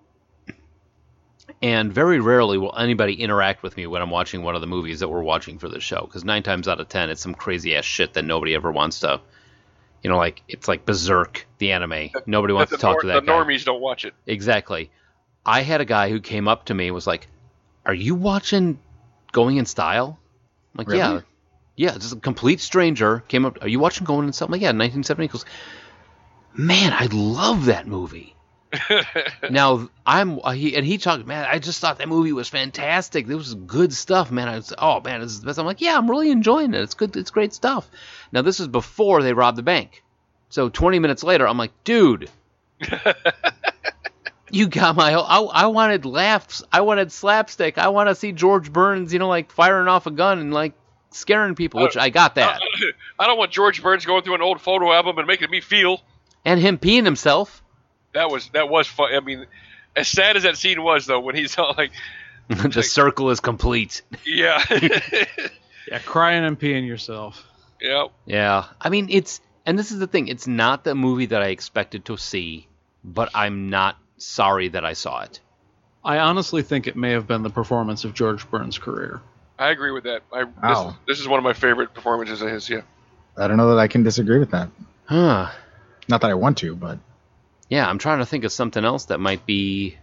And very rarely will anybody interact with me when I'm watching one of the movies that we're watching for the show, because nine times out of ten, it's some crazy ass shit that nobody ever wants to, you know, like it's like Berserk, the anime. Nobody wants
the,
to talk
nor-
to that
the
guy.
normies don't watch it." *laughs*
Exactly. I had a guy who came up to me and was like, "Are you watching Going in Style?" I'm like,
Really?
"Yeah." Yeah, just a complete stranger came up, "Are you watching Going in Style?" I'm like, "Yeah, 1970." He goes, "Man, I love that movie." now I'm uh, he and he talked. Man, I just thought that movie was fantastic. This was good stuff, man. I was oh man, this is the best. I'm like, yeah, I'm really enjoying it. It's good. It's great stuff. Now this is before they robbed the bank, so 20 minutes later, I'm like, dude, you got my. I, I wanted laughs. I wanted slapstick. I want to see George Burns, you know, like firing off a gun and like scaring people, which I got that,
Oh. I don't want George Burns going through an old photo album and making me feel.
and him peeing himself. *laughs*
That was that was fun. I mean, as sad as that scene was, though, when he's all like,
the circle is complete.
"Yeah, *laughs*
Yeah, crying and peeing yourself.
yeah."
Yeah. I mean, it's and this is the thing, it's not the movie that I expected to see, but I'm not sorry that I saw it.
I honestly think it may have been the performance of George Burns' career.
I agree with that. I this,
Wow.
is, this is one of my favorite performances of his. Yeah,
I don't know that I can disagree with that.
Huh.
Not that I want to, *laughs* but
Yeah, I'm trying to think of something else that might be.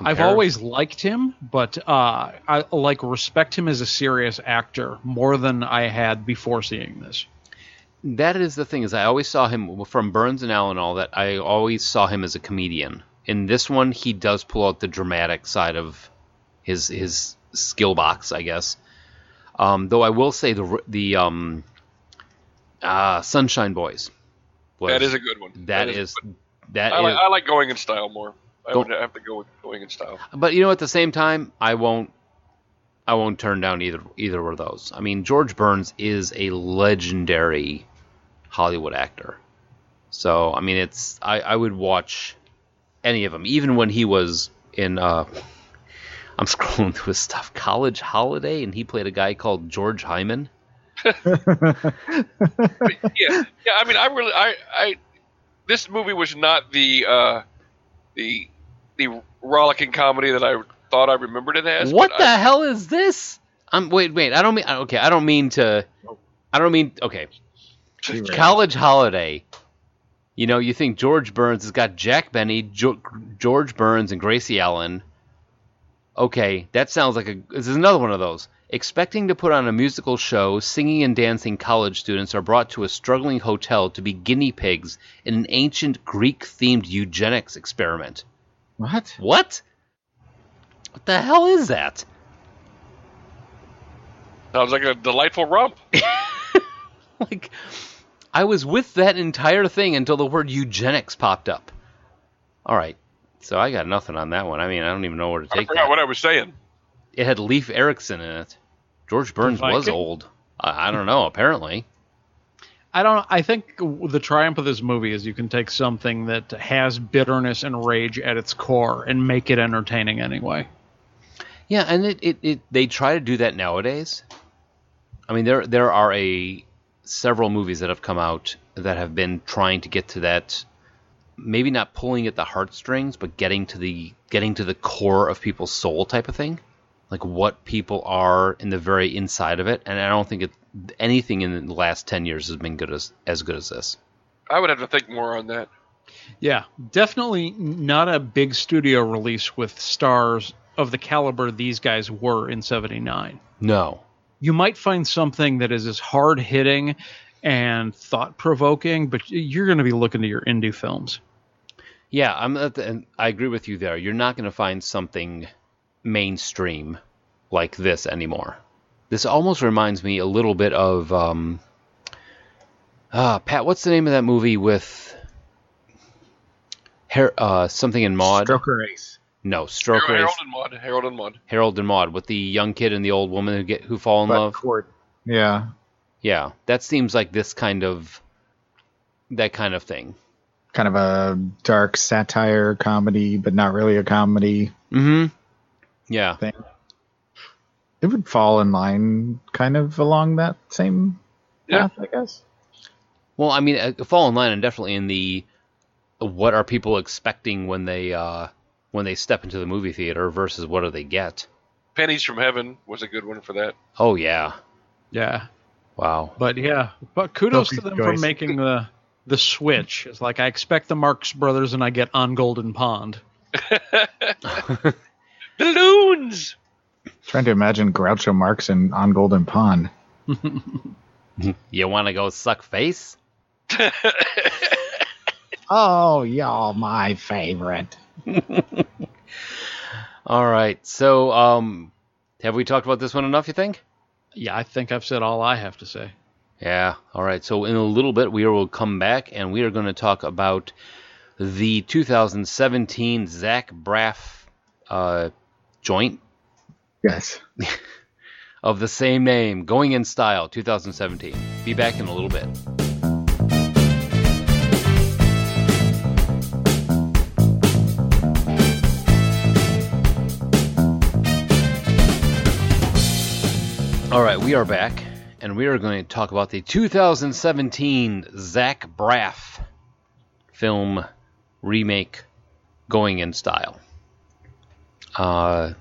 I've
compar-
always liked him, but uh, I like respect him as a serious actor more than I had before seeing this.
That is the thing is I always saw him from Burns and Allen and all that. I always saw him as a comedian. In this one, he does pull out the dramatic side of his his skill box, I guess. Um, though I will say the the um, uh, Sunshine Boys. was-
That is a good one.
that is that
I,
is-
like, I like going in style more. I
Go-
would have to go with going in style.
But you know, at the same time, I won't. I won't turn down either either of those. I mean, George Burns is a legendary Hollywood actor. So I mean, it's I, I would watch any of them, even when he was in. Uh, *laughs* I'm scrolling through his stuff. College Holiday, and he played a guy called George Hyman.
But yeah, yeah. I mean, I really, I, I, this movie was not the, uh, the, the rollicking comedy that I thought I remembered it as.
what
but
the
I-
hell is this? I'm wait wait. I don't mean okay. I don't mean to. I don't mean okay.
you were-
College Holiday. You know, you think George Burns has got Jack Benny, jo- George Burns, and Gracie Allen. Okay, that sounds like a. This is another one of those. Expecting to put on a musical show, singing and dancing college students are brought to a struggling hotel to be guinea pigs in an ancient Greek themed eugenics experiment.
what?
What? What the hell is that?
sounds like a delightful romp.
*laughs* like, I was with that entire thing until the word eugenics popped up. All right. So I got nothing on that one. I mean, I don't even know where to
I
take
forgot
that.
what I was saying.
It had Leif Erikson in it. George Burns was
Viking?
old. I, I don't know, apparently.
I don't. I think the triumph of this movie is you can take something that has bitterness and rage at its core and make it entertaining anyway.
Yeah, and it, it, it they try to do that nowadays. I mean, there there are a several movies that have come out that have been trying to get to that maybe not pulling at the heartstrings, but getting to the getting to the core of people's soul type of thing. Like what people are in the very inside of it, and I don't think it, anything in the last ten years has been good as as good as this.
I would have to think more on that.
Yeah, definitely not a big studio release with stars of the caliber these guys were in '79.
No,
you might find something that is as hard hitting and thought provoking, but you're going to be looking to your indie films.
Yeah, I'm at the, and I agree with you there. You're not going to find something mainstream like this anymore. This almost reminds me a little bit of um, ah, Pat. What's the name of that movie with Her- uh, something in Maud?
Stroker Ace.
No, Stroke
Harold
Race,
and Maude. Harold and Maude.
Harold and Maude with the young kid and the old woman who get who fall in
But
love.
court. Yeah.
Yeah, that seems like this kind of that kind of thing.
Kind of a dark satire comedy, but not really a comedy.
Mm-hmm. Yeah.
It would fall in line kind of along that same
Yeah.
path, I guess.
Well, I mean, uh, fall in line and definitely in the uh, what are people expecting when they uh, when they step into the movie theater versus what do they get?
Pennies from Heaven was a good one for that.
Oh yeah,
Yeah,
wow.
but yeah, but kudos
Guilty
to them
choice.
for making the the switch. It's like I expect the Marx Brothers, and I get on Golden Pond.
Balloons.
Trying to imagine Groucho Marx and On Golden Pond.
You want to go suck face?
Oh, y'all, my favorite.
All right. So, um, have we talked about this one enough? You think?
Yeah, I think I've said all I have to say.
Yeah. All right. So in a little bit, we will come back and we are going to talk about the 2017 Zach Braff uh, joint
Yes.
of the same name, Going in Style 2017. Be back in a little bit. All right, we are back, and we are going to talk about the 2017 Zach Braff film remake, Going in Style. Uh,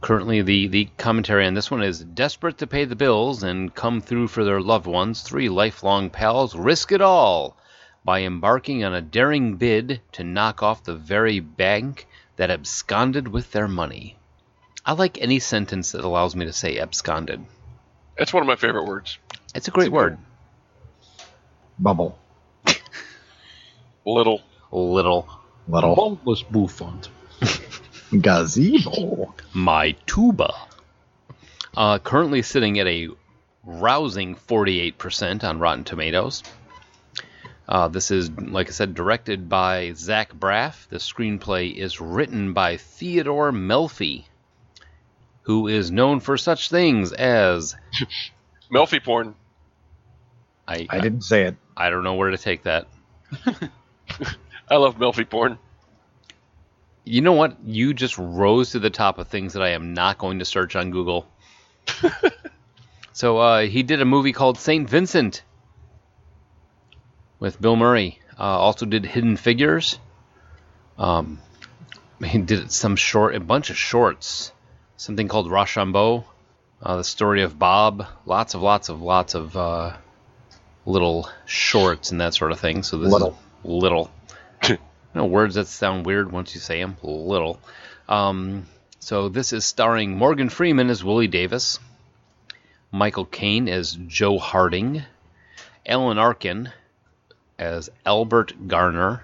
Currently, the, the commentary on this one is desperate to pay the bills and come through for their loved ones. Three lifelong pals risk it all by embarking on a daring bid to knock off the very bank that absconded with their money. I like any sentence that allows me to say absconded.
That's one of my favorite words.
It's a great word.
Bubble.
Little.
Little.
Little.
Boneless bouffant.
Gazebo.
My tuba. Uh, currently sitting at a rousing 48% on Rotten Tomatoes. Uh, this is, like I said, directed by Zach Braff. The screenplay is written by Theodore Melfi, who is known for such things as
Melfi porn.
I
I
I,
didn't say it.
don't know where to take that.
I love Melfi porn.
You know what? You just rose to the top of things that I am not going to search on Google. so uh, he did a movie called Saint Vincent with Bill Murray. Uh, also did Hidden Figures. Um, *laughs* he did some short, a bunch of shorts. Something called Rochambeau, uh, the story of Bob. Lots of lots of lots of uh, little shorts and that sort of thing. So this
Little.
is little. no words that sound weird once you say them. Little. Um, so this is starring Morgan Freeman as Willie Davis, Michael Caine as Joe Harding, Ellen Arkin as Albert Garner,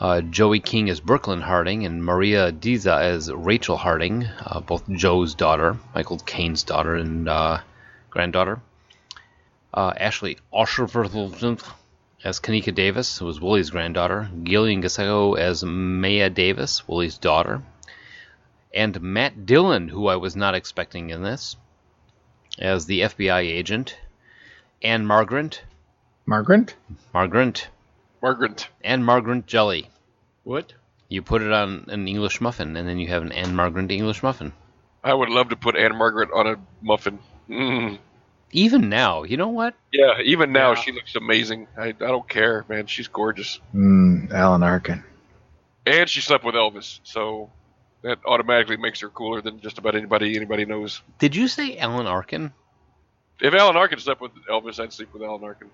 uh, Joey King as Brooklyn Harding, and Maria Diza as Rachel Harding, uh, both Joe's daughter, Michael Caine's daughter and uh, granddaughter. Uh, Ashley Osherverth as Kanika Davis, who was Willie's granddaughter. Gillian Gasego as Maya Davis, Willie's daughter. And Matt Dillon, who I was not expecting in this, as the FBI agent. Anne Margaret,
Margaret?
Margaret,
Margaret.
and Margaret Jelly.
What?
You put it on an English muffin, and then you have an Anne Margaret English muffin.
I would love to put Anne Margaret on a muffin. Mm.
Even now, you know what?
Yeah, even now
Yeah.
she looks amazing. I, I don't care, man. She's gorgeous.
Mm, Alan Arkin.
And she slept with Elvis, so that automatically makes her cooler than just about anybody anybody knows.
Did you say Alan Arkin? *laughs*
If Alan Arkin slept with Elvis, I'd sleep with Alan Arkin.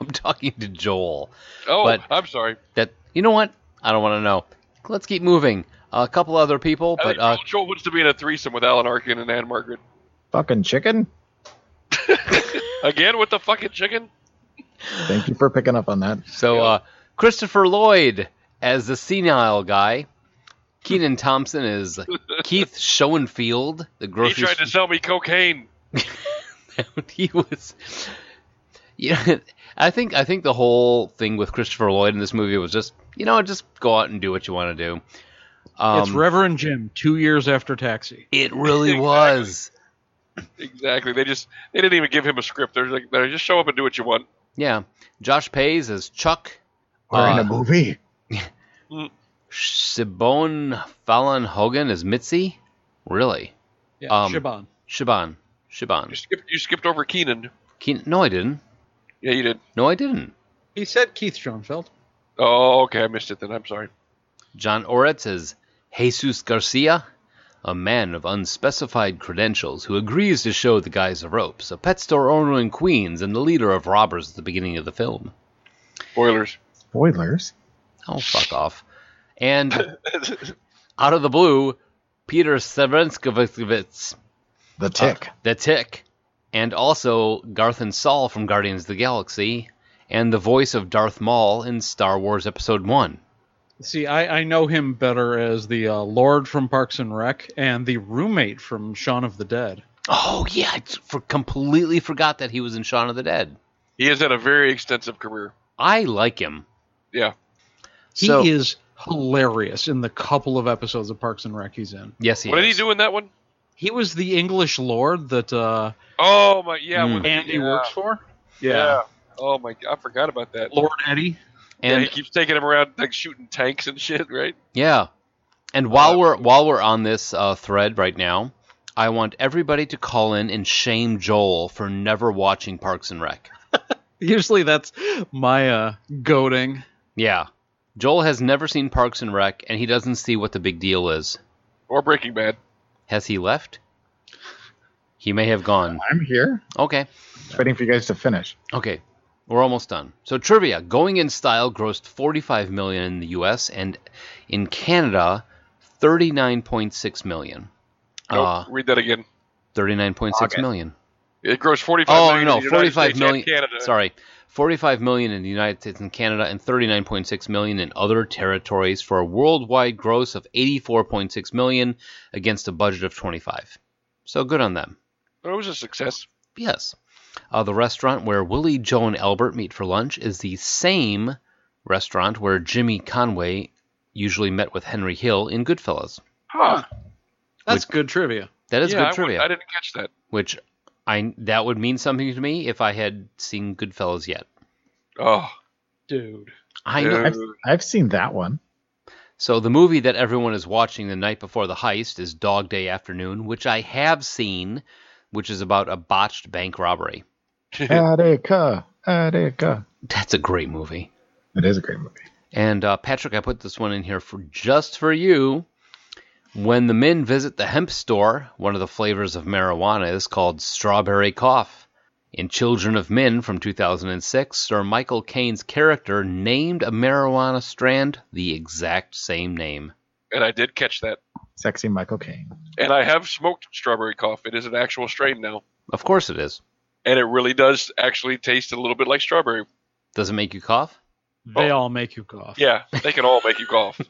I'm talking to Joel.
Oh,
But-
I'm sorry.
That you know what? I don't want to know. Let's keep moving. a couple other people,
I
but
think
uh,
Joel- Joel wants to be in a threesome with Alan Arkin and Anne
*laughs*
Margaret.
Fucking chicken?
Again with the fucking chicken?
Thank you for picking up on that.
so uh, Christopher Lloyd as the senile guy. Keenan Thompson
*laughs*
is Keith Schoenfield, the
He
grocery.
tried to sell me cocaine.
*laughs* he was yeah i think i think the whole thing with christopher lloyd in this movie was just you know just go out and do what you want to do um,
it's Reverend Jim, two years after Taxi.
it really
Exactly.
was
Exactly. They just they didn't even give him a script. They're like, they're just show up and do what you want.
yeah josh pays as chuck
We're in a
Uh,
movie.
sibone fallon hogan as mitzi really
Yeah,
Um,
Shaban.
shiban shiban
You skipped you skipped over Keenan.
Keen- no i didn't
Yeah, you did.
no i didn't
He said Keith Schoenfeld.
Oh, okay, I missed it then. I'm sorry.
John Oretz as Jesus Garcia, a man of unspecified credentials who agrees to show the guys the ropes, a pet store owner in Queens and the leader of robbers at the beginning of the film.
Spoilers.
Spoilers.
Oh, *laughs* fuck off. And out of the blue, Peter Severinskivitz,
The tick.
the Tick, and also Garth and Saul from Guardians of the Galaxy, and the voice of Darth Maul in Star Wars Episode 1.
See, I, I know him better as the uh, Lord from Parks and Rec and the roommate from Shaun of the Dead.
Oh, yeah, I for, completely forgot that he was in Shaun of the Dead.
He has had a very extensive career.
I like him.
Yeah.
He
So-
is hilarious in the couple of episodes of Parks and Rec he's in.
Yes, he
what did he
is.
do in that one?
He was the English lord that uh,
Oh my yeah,
Mm.
with-
Andy
yeah,
works for.
Yeah. Oh my I forgot about that.
Lord Eddie. *laughs*
yeah,
And
he keeps taking him around like shooting tanks and shit, right?
yeah, and
Uh,
while we're while we're on this uh, thread right now, I want everybody to call in and shame Joel for never watching Parks and Rec.
Usually that's my uh, goading.
Yeah, Joel has never seen Parks and Rec, and he doesn't see what the big deal is.
Or Breaking Bad.
Has he left? He may have gone.
I'm here.
Okay.
Just waiting for you guys to finish.
Okay, we're almost done. So trivia: Going in Style grossed 45 million in the U.S. and in Canada, 39.6 million.
Nope,
Uh,
read that again.
39.6 million.
It grossed forty-five
Oh
million
no,
in the United
45
States and
million.
Canada.
Sorry, 45 million in the United States and Canada, and 39.6 million in other territories for a worldwide gross of 84.6 million against a budget of 25. So good on them.
It was a success.
Yes. Uh, the restaurant where Willie, Joe, and Albert meet for lunch is the same restaurant where Jimmy Conway usually met with Henry Hill in Goodfellas.
Huh.
That's good trivia.
That is
yeah, I
Ah, good
would-
trivia,
I didn't catch that.
which I that would mean something to me if I had seen Goodfellas yet.
Oh,
Dude.
I know.
I've, I've seen that *laughs* one.
So the movie that everyone is watching the night before the heist is Dog Day Afternoon, which I have seen, which is about a botched bank robbery.
Attica, Attica.
That's a great movie.
It is a great movie.
And uh, Patrick, I put this one in here for just for you. When the men visit the hemp store, one of the flavors of marijuana is called strawberry cough. In Children of Men from 2006, Sir Michael Caine's character named a marijuana strand the exact same name.
and I did catch that.
Sexy Michael Caine. *laughs*
And I have smoked strawberry cough. It is an actual strain now,
Of course it is.
and it really does actually taste a little bit like strawberry.
Does it make you cough?
They all make you cough.
Yeah, they can all make you cough.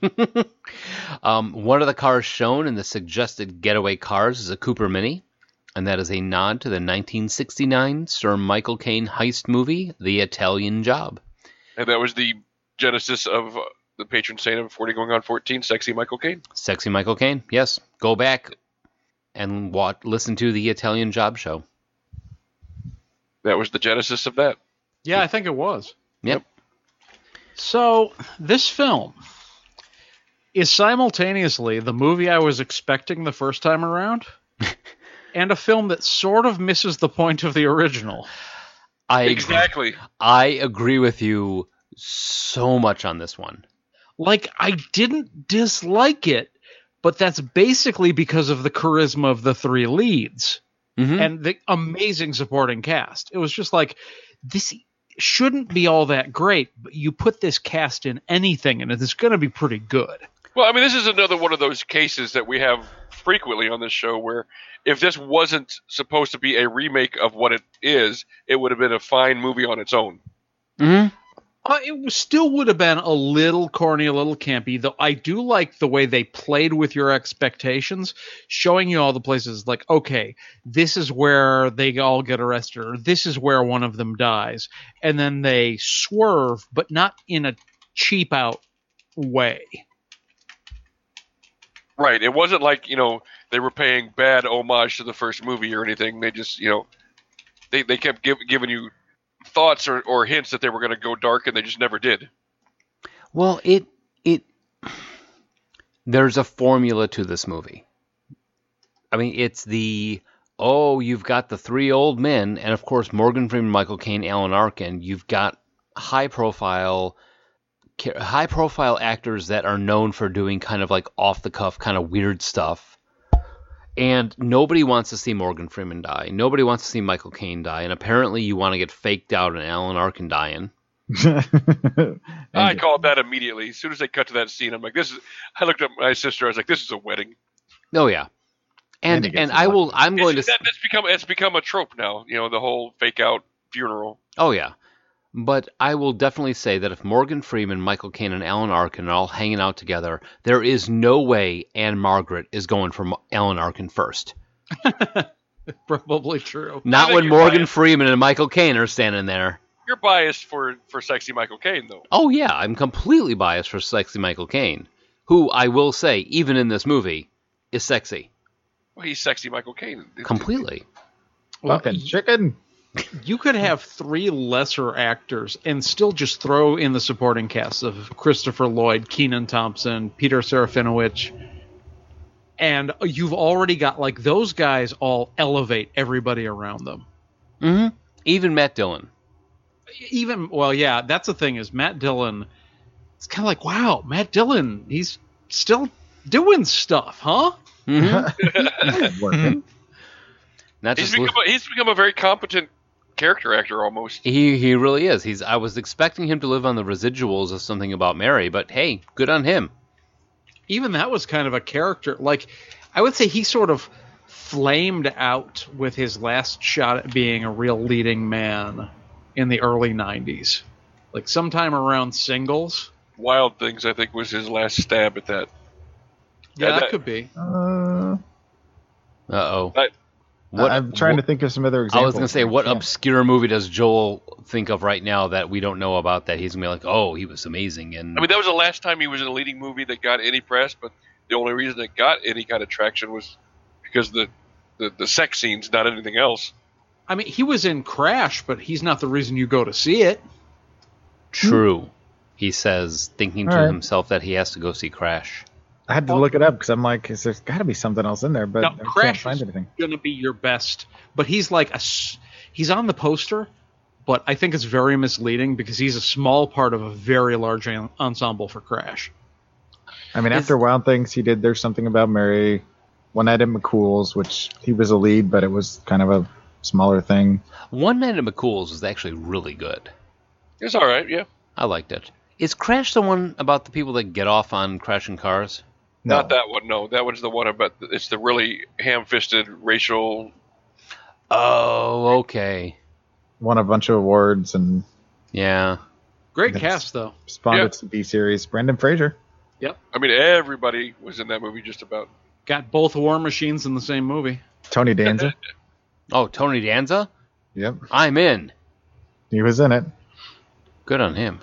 um, one of the cars shown in the suggested getaway cars is a Cooper Mini, and that is a nod to the 1969 Sir Michael Caine heist movie, The Italian Job.
and that was the genesis of uh, the patron saint of 40 going on 14, sexy Michael Caine.
Sexy Michael Caine, yes. Go back and watch, listen to The Italian Job show.
That was the genesis of that.
Yeah, I think it was.
Yep.
So this film is simultaneously the movie I was expecting the first time around, and a film that sort of misses the point of the original.
I agree,
Exactly.
I agree with you so much on this one.
Like I didn't dislike it, but that's basically because of the charisma of the three leads
Mhm.
and the amazing supporting cast. It was just like this shouldn't be all that great, but you put this cast in anything and it's going to be pretty good.
Well, I mean, this is another one of those cases that we have frequently on this show where if this wasn't supposed to be a remake of what it is, it would have been a fine movie on its own.
Mhm.
Uh, it was, still would have been a little corny, a little campy, though I do like the way they played with your expectations, showing you all the places like, okay, this is where they all get arrested, or this is where one of them dies. And then they swerve, but not in a cheap out way. *laughs*
Right. It wasn't like, you know, they were paying bad homage to the first movie or anything. They just, you know, they, they kept give, giving you thoughts or, or hints that they were going to go dark and they just never did.
Well, it it there's a formula to this movie. I mean, it's the oh, you've got the three old men, and of course Morgan Freeman, Michael Caine, Alan Arkin. You've got high profile high profile actors that are known for doing kind of like off the cuff, kind of weird stuff. And nobody wants to see Morgan Freeman die. Nobody wants to see Michael Caine die. And apparently, you want to get faked out and Alan Arkin dying.
I
And-
called that immediately. As soon as they cut to that scene, I'm like, this is. I looked at my sister. I was like, this is a wedding.
Oh yeah, and
And it
and,
gets
I will. I'm going to.
It's, that, that's become it's become a trope now. You know, the whole fake out funeral.
oh yeah, but I will definitely say that if Morgan Freeman, Michael Caine, and Alan Arkin are all hanging out together, there is no way Anne Margaret is going for Mo- Alan Arkin first.
Probably true.
Not
think
when
you're
Morgan
right.
Freeman and Michael Caine are standing there.
You're biased for for sexy Michael Caine though.
Oh yeah, I'm completely biased for sexy Michael Caine, who I will say, even in this movie, is sexy
Well, he's sexy Michael Caine.
completely.
Fucking chicken.
You could have three lesser actors and still just throw in the supporting cast of Christopher Lloyd, Keenan Thompson, Peter Serafinowicz, and you've already got like those guys all elevate everybody around them.
hmm Even Matt Dillon.
Even well, yeah, that's the thing is Matt Dillon. It's kind of like wow, Matt Dillon, he's still doing stuff, huh?
*laughs* Hmm?
Mhm.
Working.
Not
He's
just
become a, he's become a very competent character actor almost.
He he really is. He's I was expecting him to live on the residuals of something about Mary, but hey, good on him.
even that was kind of a character. Like, I would say he sort of flamed out with his last shot at being a real leading man in the early 90s. Like, sometime around singles.
Wild Things, I think, was his last stab at that.
Yeah,
Yeah,
that,
that-
could be.
Uh,
Uh oh.
I-
I'm trying to think of some other
I
examples.
was gonna say, what
Yeah.
obscure movie does Joel think of right now that we don't know about that he's gonna be like, oh, he was amazing, and
I mean, that was the last time he was in a leading movie that got any press, but the only reason it got any kind of traction was because the the, the sex scenes, not anything else.
I mean, he was in Crash, but he's not the reason you go to see it.
true. He says, thinking to
All right.
himself that he has to go see Crash.
I had to look it up because I'm like, is there's got to be something else in there, but
Now,
I can't
Crash
find
is-
anything.
Going to be your best. But he's like a. s- He's on the poster, but I think it's very misleading because he's a small part of a very large en- ensemble for Crash.
I mean,
is-
after Wild Things, he did There's Something About Mary, One Night at McCool's, which he was a lead, but it was kind of a smaller thing.
One Night at McCool's was actually really good.
It was all right, yeah.
I liked it. Is Crash the one about the people that get off on crashing cars?
No.
Not that one, no. That one's the one about it's the really ham-fisted racial.
Oh, okay.
Won a bunch of awards and
Yeah.
Great
That's-
cast, though.
spawned
Yeah.
its B series. Brandon Fraser.
I mean, everybody was in that movie just about.
Got both war machines in the same movie.
Tony
*laughs*
Danza.
Oh, Tony Danza?
yep.
I'm in.
He was in it.
Good on him,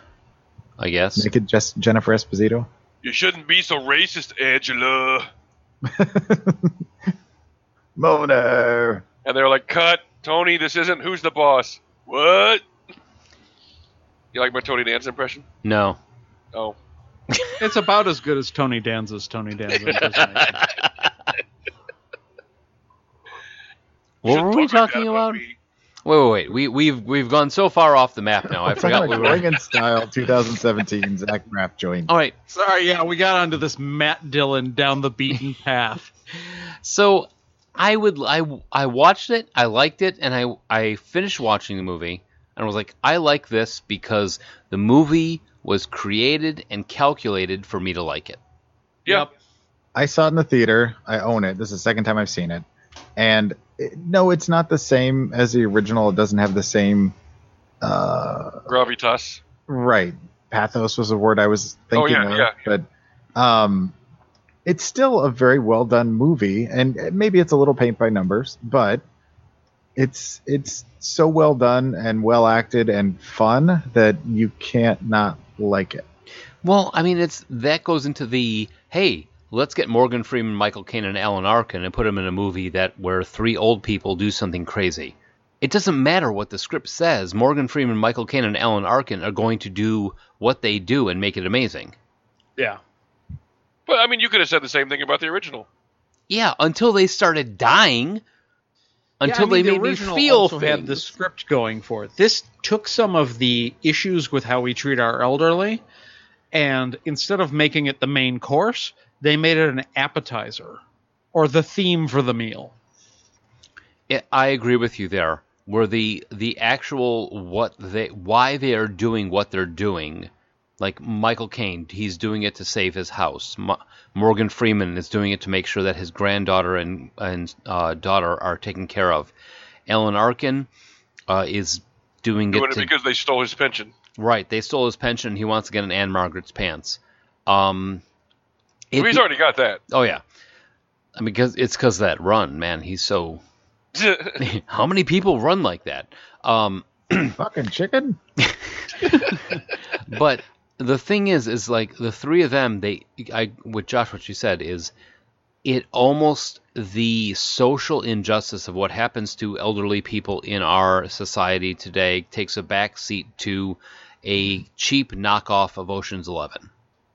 I guess.
Naked just
*laughs*
Jennifer Esposito.
You shouldn't be so racist, Angela.
Mona.
And they're like, "Cut, Tony. This isn't. Who's the boss? What?" You like my Tony Danza impression?
No.
Oh,
It's about as good as Tony Danza's Tony Danza. impersonation.
You
What
should
were we
talk like
talking
that
about?
me.
Wait, wait, wait. We we've we've gone so far off the map now. I forgot we were.
Ring and Style 2017. Zach Braff joined.
All right.
Sorry, yeah, we got onto this Matt Dillon down the beaten path.
So I would I I watched it. I liked it, and I I finished watching the movie, and I was like, I like this because the movie was created and calculated for me to like it.
Yeah,
I saw it in the theater. I own it. This is the second time I've seen it. And it, no, it's not the same as the original. It doesn't have the same. Uh,
gravitas.
right. Pathos was the word I was
Oh,
thinking
yeah, yeah,
of. But um, it's still a very well done movie. And uh, maybe it's a little paint by numbers, but it's it's so well done and well acted and fun that you can't not like it.
Well, I mean, it's that goes into the hey, let's get Morgan Freeman, Michael Caine, and Alan Arkin, and put them in a movie that where three old people do something crazy. It doesn't matter what the script says. Morgan Freeman, Michael Caine, and Alan Arkin are going to do what they do and make it amazing.
Yeah.
But I mean, you could have said the same thing about the original.
Yeah, until they started dying. Until
yeah, I mean,
they
the
made me
original
feel
also had
things.
the script going for it. This took some of the issues with how we treat our elderly, and instead of making it the main course, they made it an appetizer or the theme for the meal.
Yeah, I agree with you there. Where the the actual what they why they are doing what they're doing, like Michael Caine, he's doing it to save his house. Mo- Morgan Freeman is doing it to make sure that his granddaughter and and uh, daughter are taken care of. Ellen Arkin uh, is doing
Doing
it
it
to,
because they stole his pension.
right. They stole his pension. He wants to get an Anne Margaret's pants. Um, it-
Well, he's already got that. *laughs*
oh yeah, I mean, 'cause- it's because that run, man. He's so *laughs* how many people run like that? Um,
Fucking chicken.
but the thing is, is like the three of them. They, I, with Josh, what you said is, it almost the social injustice of what happens to elderly people in our society today takes a back seat to a cheap knockoff of Ocean's Eleven.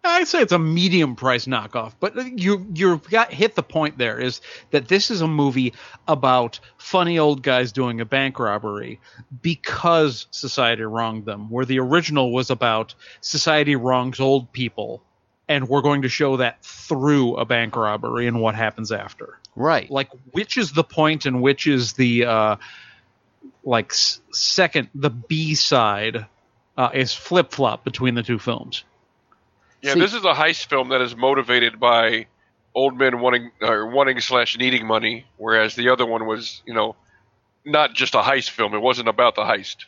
I'd say it's a medium price knockoff, but you you got hit the point there is that this is a movie about funny old guys doing a bank robbery because society wronged them, where the original was about society wrongs old people and we're going to show that through a bank robbery and what happens after.
Right.
Like, which is the point and which is the uh, like s- second, the B side uh, is flip flop between the two films.
Yeah,
See-
this is a heist film that is motivated by old men wanting or wanting slash needing money, whereas the other one was, you know, not just a heist film. It wasn't about the heist.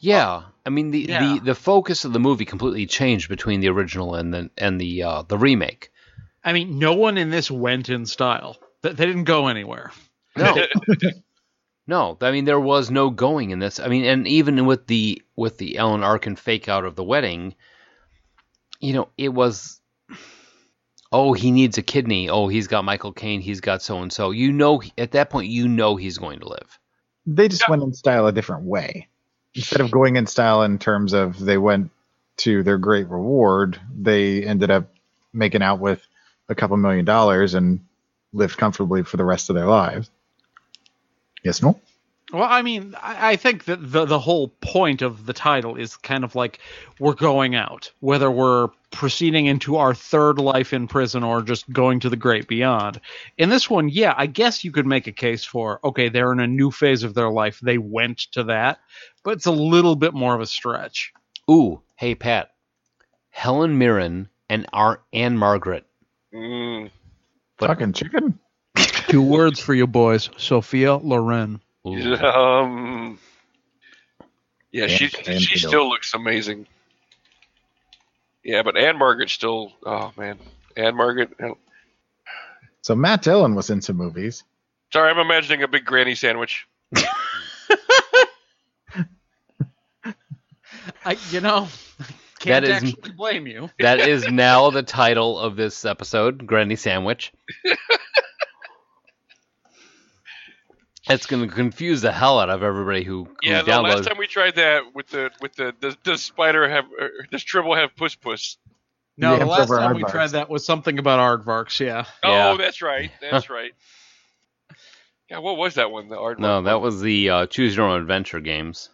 Yeah, I mean the,
Yeah.
the the focus of the movie completely changed between the original and the and the uh, the remake.
I mean, no one in this went in style. Th- They didn't go anywhere.
No, no, I mean there was no going in this. I mean, and even with the with the Ellen Arkin fake out of the wedding, you know, it was. Oh, he needs a kidney. Oh, he's got Michael Caine. He's got so and so. You know, at that point, you know he's going to live.
They just
Yeah.
went in style a different way. Instead of going in style in terms of they went to their great reward, they ended up making out with a couple million dollars and lived comfortably for the rest of their lives. Yes, no?
Well, I mean, I, I think that the the whole point of the title is kind of like we're going out, whether we're proceeding into our third life in prison or just going to the great beyond. In this one, yeah, I guess you could make a case for okay, they're in a new phase of their life, they went to that, but it's a little bit more of a stretch.
Ooh, hey Pat, Helen Mirren and our Anne Margaret.
*laughs* Mm.
But-
Fucking chicken?
Two words for you boys, Sophia Loren.
Ooh.
Um, yeah, she
Ann
she
Fiddle.
still looks amazing. Yeah, but Anne Margaret still. Oh man, Anne Margaret.
So Matt Dillon was in some movies.
Sorry, I'm imagining a big granny sandwich.
I, you know, *laughs*
That
can't
is-
actually blame you.
That is now the title of this episode, Granny
*laughs*
Sandwich. That's going to confuse the hell out of everybody who, who
Yeah, the
downloads.
last time we tried that with the with the does, does spider have or does Tribble have puss puss?
No,
Yeah,
the last
over
time we
Aardvarks.
tried that was something about aardvarks. Yeah.
Yeah.
Oh,
*laughs*
that's right, that's right. Yeah, what was that one? The art.
no, that was the uh, Choose Your Own Adventure games.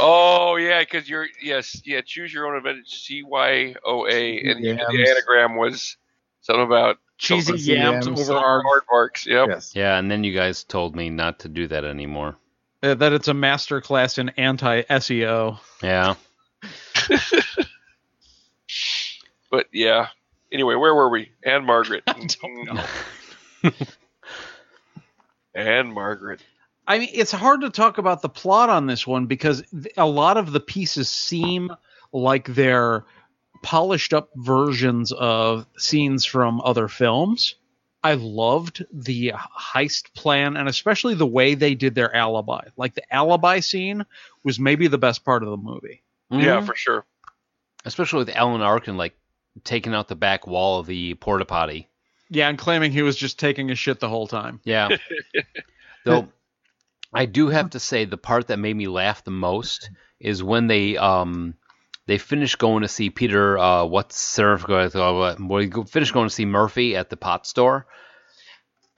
Oh yeah, because you're yes yeah. Choose your own event. C Y O A and you did
Yams.
the anagram was something about
Cheesy
Cheesy
yams,
yams.
over aardvarks.
aardvarks. Yep.
Yes.
Yeah, and then you guys told me not to do that anymore.
uh, that it's a master class in E anti SEO.
Yeah.
But yeah. Anyway, where were we?
*laughs*
Anne Margaret. Oh. Mm-hmm.
Mm-hmm.
Anne Margaret.
I mean, it's hard to talk about the plot on this one because th- a lot of the pieces seem like they're polished up versions of scenes from other films. I loved the heist plan and especially the way they did their alibi. Like the alibi scene was maybe the best part of the movie.
Yeah,
Mhm.
for sure.
Especially with Alan Arkin, like, taking out the back wall of the porta potty.
Yeah, and claiming he was just taking a shit the whole time.
*laughs*
Yeah. Though I do have to say the part that made me laugh the most is when they um they finish going to see Peter uh what's Seraph uh, we finish going to see Murphy at the pot store.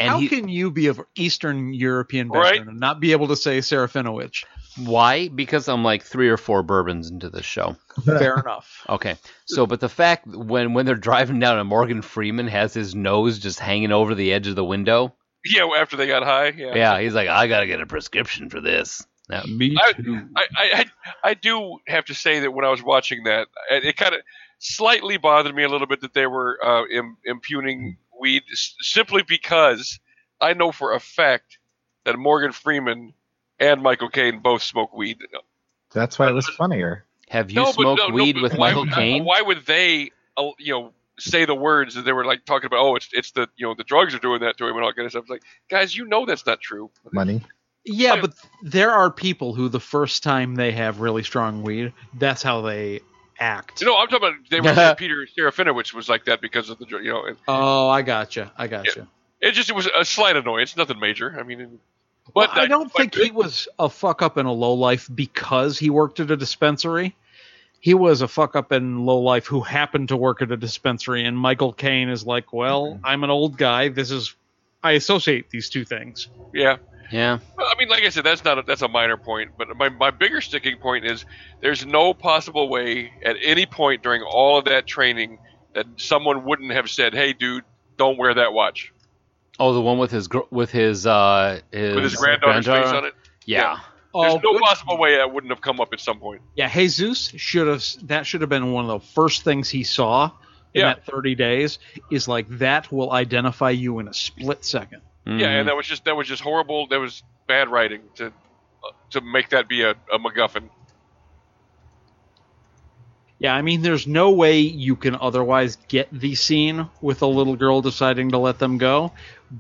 And
How
he,
can you be of Eastern European
Right.
background and not be able to say Serafinovich?
why? Because I'm like three or four bourbons into this show.
Fair enough.
Okay. So but the fact when when they're driving down and Morgan Freeman has his nose just hanging over the edge of the window.
Yeah, well, after they got high. Yeah.
Yeah, he's like, I gotta get a prescription for this. That-
Me
I-
too.
I, I I I do have to say that when I was watching that, it, it kind of slightly bothered me a little bit that they were uh, Im, impugning weed s- simply because I know for a fact that Morgan Freeman and Michael Caine both smoke weed.
That's why it was funnier.
have you
No, but
smoked
no, no,
weed
but
with
why
Michael
would-
Caine?
Why would they, uh, you know, say the words that they were like talking about? Oh, it's it's the you know the drugs are doing that to him and all kind of stuff. It's like, guys, you know that's
*laughs*
not true.
Money.
yeah, but there are people who the first time they have really strong weed, that's how they act.
You know, I'm talking about
*laughs*
they were saying Peter Serafinovich was like that because of the dr- you know. And,
oh, I gotcha. I gotcha.
It just it was a slight annoyance, nothing major. I mean, it-
Well,
but
I don't
but
think he was a fuck up and a low life because he worked at a dispensary. He was a fuck up and low life who happened to work at a dispensary, and Michael Caine is like, well, I'm an old guy. This is, I associate these two things.
Yeah,
yeah.
Well, I mean, like I said, that's not a, that's a minor point, but my my bigger sticking point is there's no possible way at any point during all of that training that someone wouldn't have said, "Hey, dude, don't wear that watch
Oh, the one with his gr- with his uh his,
with his granddaughter's face on it."
Yeah.
There's
Oh,
no
good-
possible way that wouldn't have come up at some point.
yeah, Jesus should have. That should have been one of the first things he saw in
Yeah.
that 30 days. Is like that will identify you in a split second.
Yeah,
Mhm.
and that was just that was just horrible. That was bad writing to to make that be a, a MacGuffin.
Yeah, I mean, there's no way you can otherwise get the scene with a little girl deciding to let them go.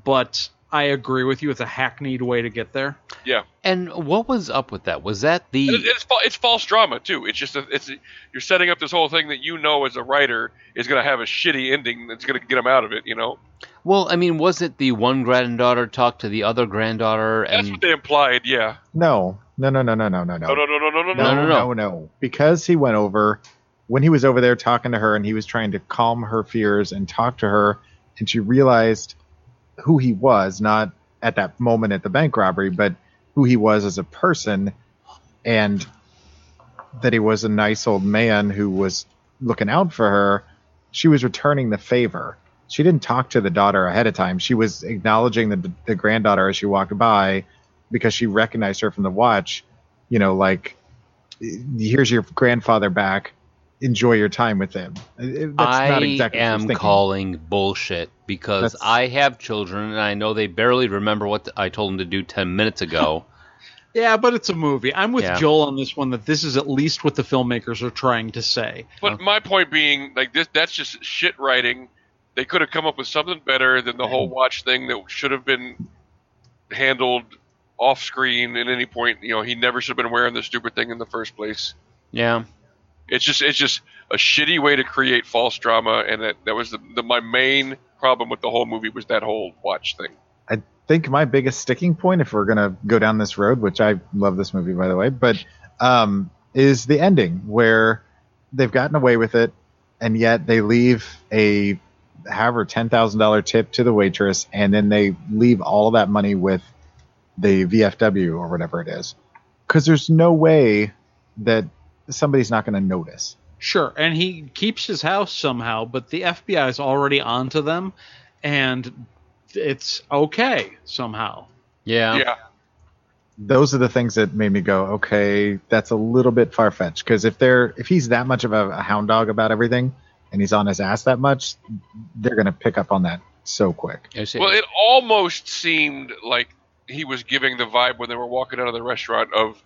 But I agree with you; it's a hackneyed way to get there.
Yeah,
And what was up with that? Was that the
and it- it's fa- it's false drama too. It's just a, it's you're setting up this whole thing that you know as a writer is going to have a shitty ending that's going to get them out of it. You know,
Well, I mean, was it the one granddaughter talked to the other granddaughter
that's
and
what they implied. Yeah.
No, no, no, no, no, no, no,
No, no, no, no, no, no.
No, no, no.
no, no. Because he went over when he was over there talking to her, and he was trying to calm her fears and talk to her, and she realized who he was, not at that moment at the bank robbery, but who he was as a person, and that he was a nice old man who was looking out for her. She was returning the favor. She didn't talk to the daughter ahead of time. She was acknowledging the, the granddaughter as she walked by because she recognized her from the watch. You know, like here's your grandfather back. Enjoy your time with him. Uh, That's
I
not exactly what she was
am
thinking.
calling bullshit because
That's-
I have children and I know they barely remember what I told them to do 10 minutes
*laughs*
ago.
Yeah, but it's a movie. I'm with
Yeah.
Joel on this one that this is at least what the filmmakers are trying to say.
But my point being, like this, that's just shit writing. They could have come up with something better than the whole watch thing that should have been handled off screen at any point. You know, he never should have been wearing the stupid thing in the first place.
yeah.
It's just, it's just a shitty way to create false drama, and that that was the, the my main problem with the whole movie was that whole watch thing.
I think my biggest sticking point, if we're gonna go down this road, which I love this movie by the way, but um, is the ending where they've gotten away with it, and yet they leave a however ten thousand dollar tip to the waitress, and then they leave all that money with the VFW or whatever it is, because there's no way that somebody's not gonna notice.
Sure, and he keeps his house somehow, but the FBI is already onto them, and it's okay somehow.
Yeah.
yeah,
those are the things that made me go, okay, that's a little bit far fetched. Because if they're if he's that much of a, a hound dog about everything, and he's on his ass that much, they're gonna pick up on that so quick.
I see.
Well, it almost seemed like he was giving the vibe when they were walking out of the restaurant of,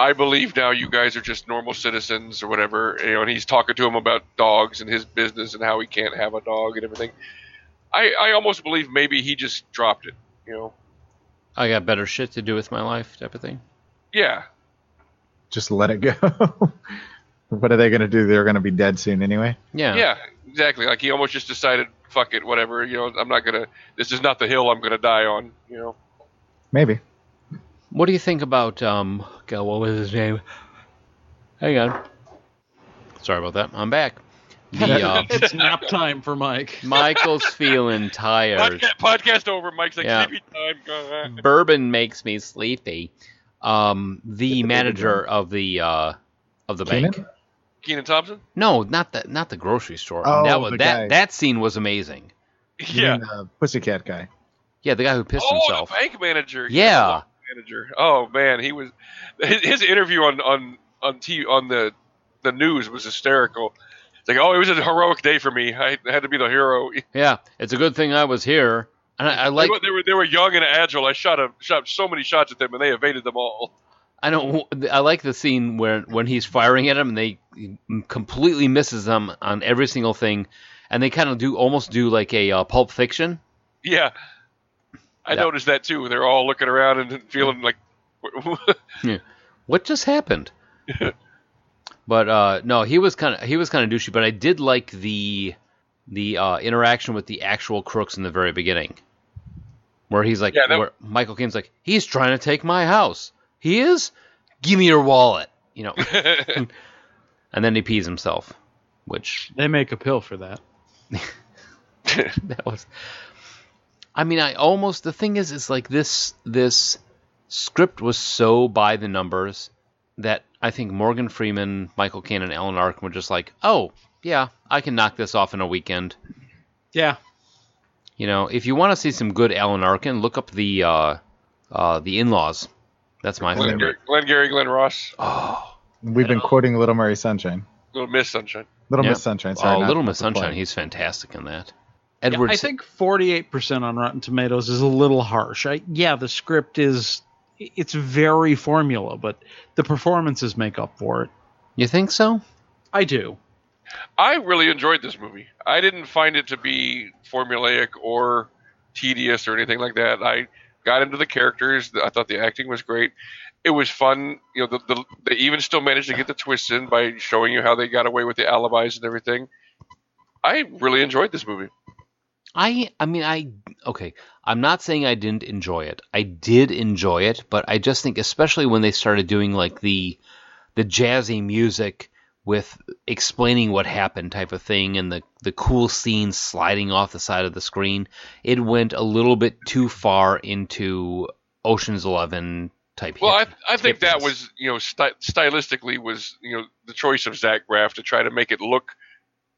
I believe now you guys are just normal citizens or whatever. You know, and he's talking to him about dogs and his business and how he can't have a dog and everything. I, I almost believe maybe he just dropped it. You know,
I got better shit to do with my life type of thing.
yeah,
Just let it go. *laughs* what are they gonna do? They're gonna be dead soon anyway.
Yeah.
yeah, exactly. Like he almost just decided, fuck it, whatever. You know, I'm not gonna. This is not the hill I'm gonna die on. You know,
Maybe.
What do you think about um God, what was his name? Hang on. Sorry about that. I'm back.
*laughs*
The uh,
*laughs* It's nap time for Mike.
Michael's feeling
*laughs*
tired.
podcast, podcast over. Mike's like
Yeah.
sleepy time.
bourbon makes me sleepy. Um, the manager of the uh, of the
Keenan?
bank.
Keenan Thompson.
No, not the not the grocery store.
Oh,
that was,
the
that
guy.
that scene was amazing.
You mean, uh, pussycat guy.
Yeah, the guy who pissed
oh,
himself.
the bank manager.
Yeah.
the bank manager. Oh man, he was his, his interview on on on T on the the news was hysterical. It's like, oh, it was a heroic day for me. I had to be the hero.
Yeah, it's a good thing I was here. And I, I like.
they, were, they were they were young and agile. I shot a, shot so many shots at them, and they evaded them all.
I don't. I like the scene where when he's firing at him, and they completely misses them on every single thing, and they kind of do almost do like a uh, Pulp Fiction.
Yeah, I
Yeah.
noticed that too. They're all looking around and feeling like. *laughs*
what just happened? but uh, no, he was kind of he was kind of douchey. But I did like the the uh, interaction with the actual crooks in the very beginning, where he's like,
Yeah, that-
where Michael Caine's like, he's trying to take my house. He is. Give me your wallet. You
*laughs*
know, *laughs* and then he pees himself, which
*laughs* They make a pill for that.
*laughs* that was. I mean, I almost the thing is, it's like this this script was so by the numbers that I think Morgan Freeman, Michael Caine, and Alan Arkin were just like, oh, yeah, I can knock this off in a weekend.
Yeah.
You know, if you want to see some good Alan Arkin, look up the uh, uh, the In Laws. That's my favorite.
Glenn, Gary, Glenn Gary, Glenn Ross,
Oh,
We've been quoting Little Murray Sunshine.
Little Miss Sunshine.
Little
Yeah.
Miss Sunshine. Sorry,
oh
not-
Little
not
Miss
the play.
Sunshine. He's fantastic in that.
Yeah,
Edward.
I think 48% on Rotten Tomatoes is a little harsh. I, yeah, the script is it's very formula, but the performances make up for it.
you think so?
I do.
I really enjoyed this movie. I didn't find it to be formulaic or tedious or anything like that. I got into the characters. I thought the acting was great. It was fun. You know, the, the, they even still managed to get the twists in by showing you how they got away with the alibis and everything. I really enjoyed this movie.
I I mean I okay, I'm not saying I didn't enjoy it. I did enjoy it, but I just think especially when they started doing like the the jazzy music with explaining what happened type of thing and the the cool scenes sliding off the side of the screen, it went a little bit too far into Ocean's 11 type
Well,
hit-
I, I think that
difference.
was you know sty- stylistically was you know the choice of Zach Braff to try to make it look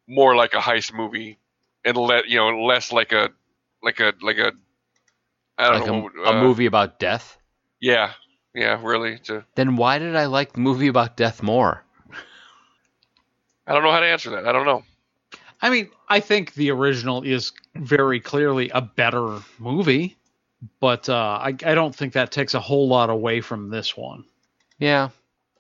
more like a heist movie and let you know less like a like a like a I don't
like
know
a, a
uh,
movie about death.
Yeah, yeah, really. To
Then why did I like the movie about death more?
I don't know how to answer that. I don't know.
I mean, I think the original is very clearly a better movie, but uh, I, I don't think that takes a whole lot away from this one.
Yeah,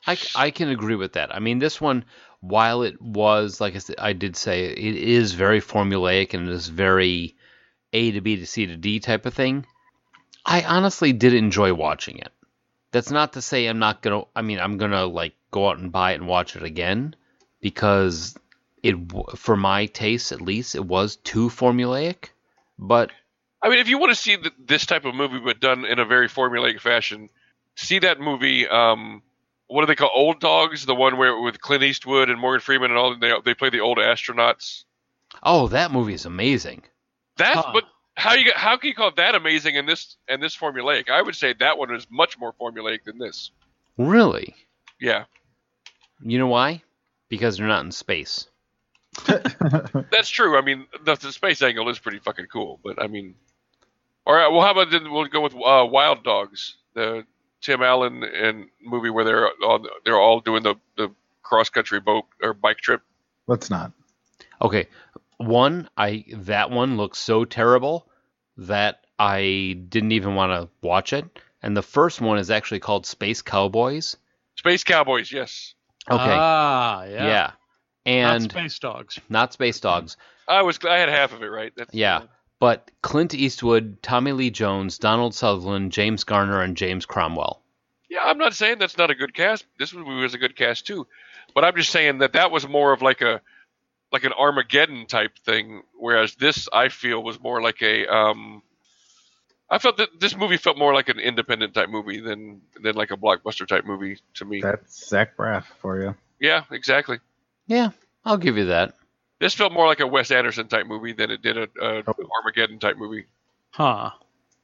I, c- I can agree with that. I mean, this one, while it was, like I, said, I did say, it is very formulaic and it is very A to B to C to D type of thing, I honestly did enjoy watching it. That's not to say I'm not going to, I mean, I'm going to, like, go out and buy it and watch it again because it, w- for my taste at least, it was too formulaic. But
I mean, if you want to see th this type of movie but done in a very formulaic fashion, see that movie. Um, what do they call Old Dogs? The one where with Clint Eastwood and Morgan Freeman and all they they play the old astronauts.
oh, that movie is amazing.
That's
Huh.
but how you how can you call that amazing and this and this formulaic? I would say that one is much more formulaic than this.
Really?
Yeah,
You know why? Because they're not in space.
that's true. I mean, the, the space angle is pretty fucking cool. But I mean, all right. Well, how about then we'll go with uh, Wild Dogs, the Tim Allen and movie where they're on they're all doing the the cross country boat or bike trip.
Let's not.
Okay, one I that one looks so terrible that I didn't even want to watch it. And the first one is actually called Space Cowboys.
Space Cowboys, yes.
Okay,
Ah,
yeah.
yeah.
and
Not
not space.
Space Dogs.
Dogs,
I was I had half of it right. That's,
Yeah. but Clint Eastwood, Tommy Lee Jones, Donald Sutherland, James Garner, and James Cromwell.
Yeah, I'm not saying that's not a good cast. This movie was a good cast too, but I'm just saying that that was more of like a like an Armageddon type thing, whereas this I feel was more like a um. I felt that this movie felt more like an independent type movie than than like a blockbuster type movie to me.
That's Zach Braff for you.
yeah, exactly.
Yeah, I'll give you that.
This felt more like a Wes Anderson type movie than it did a, a
Oh.
Armageddon type movie.
Huh.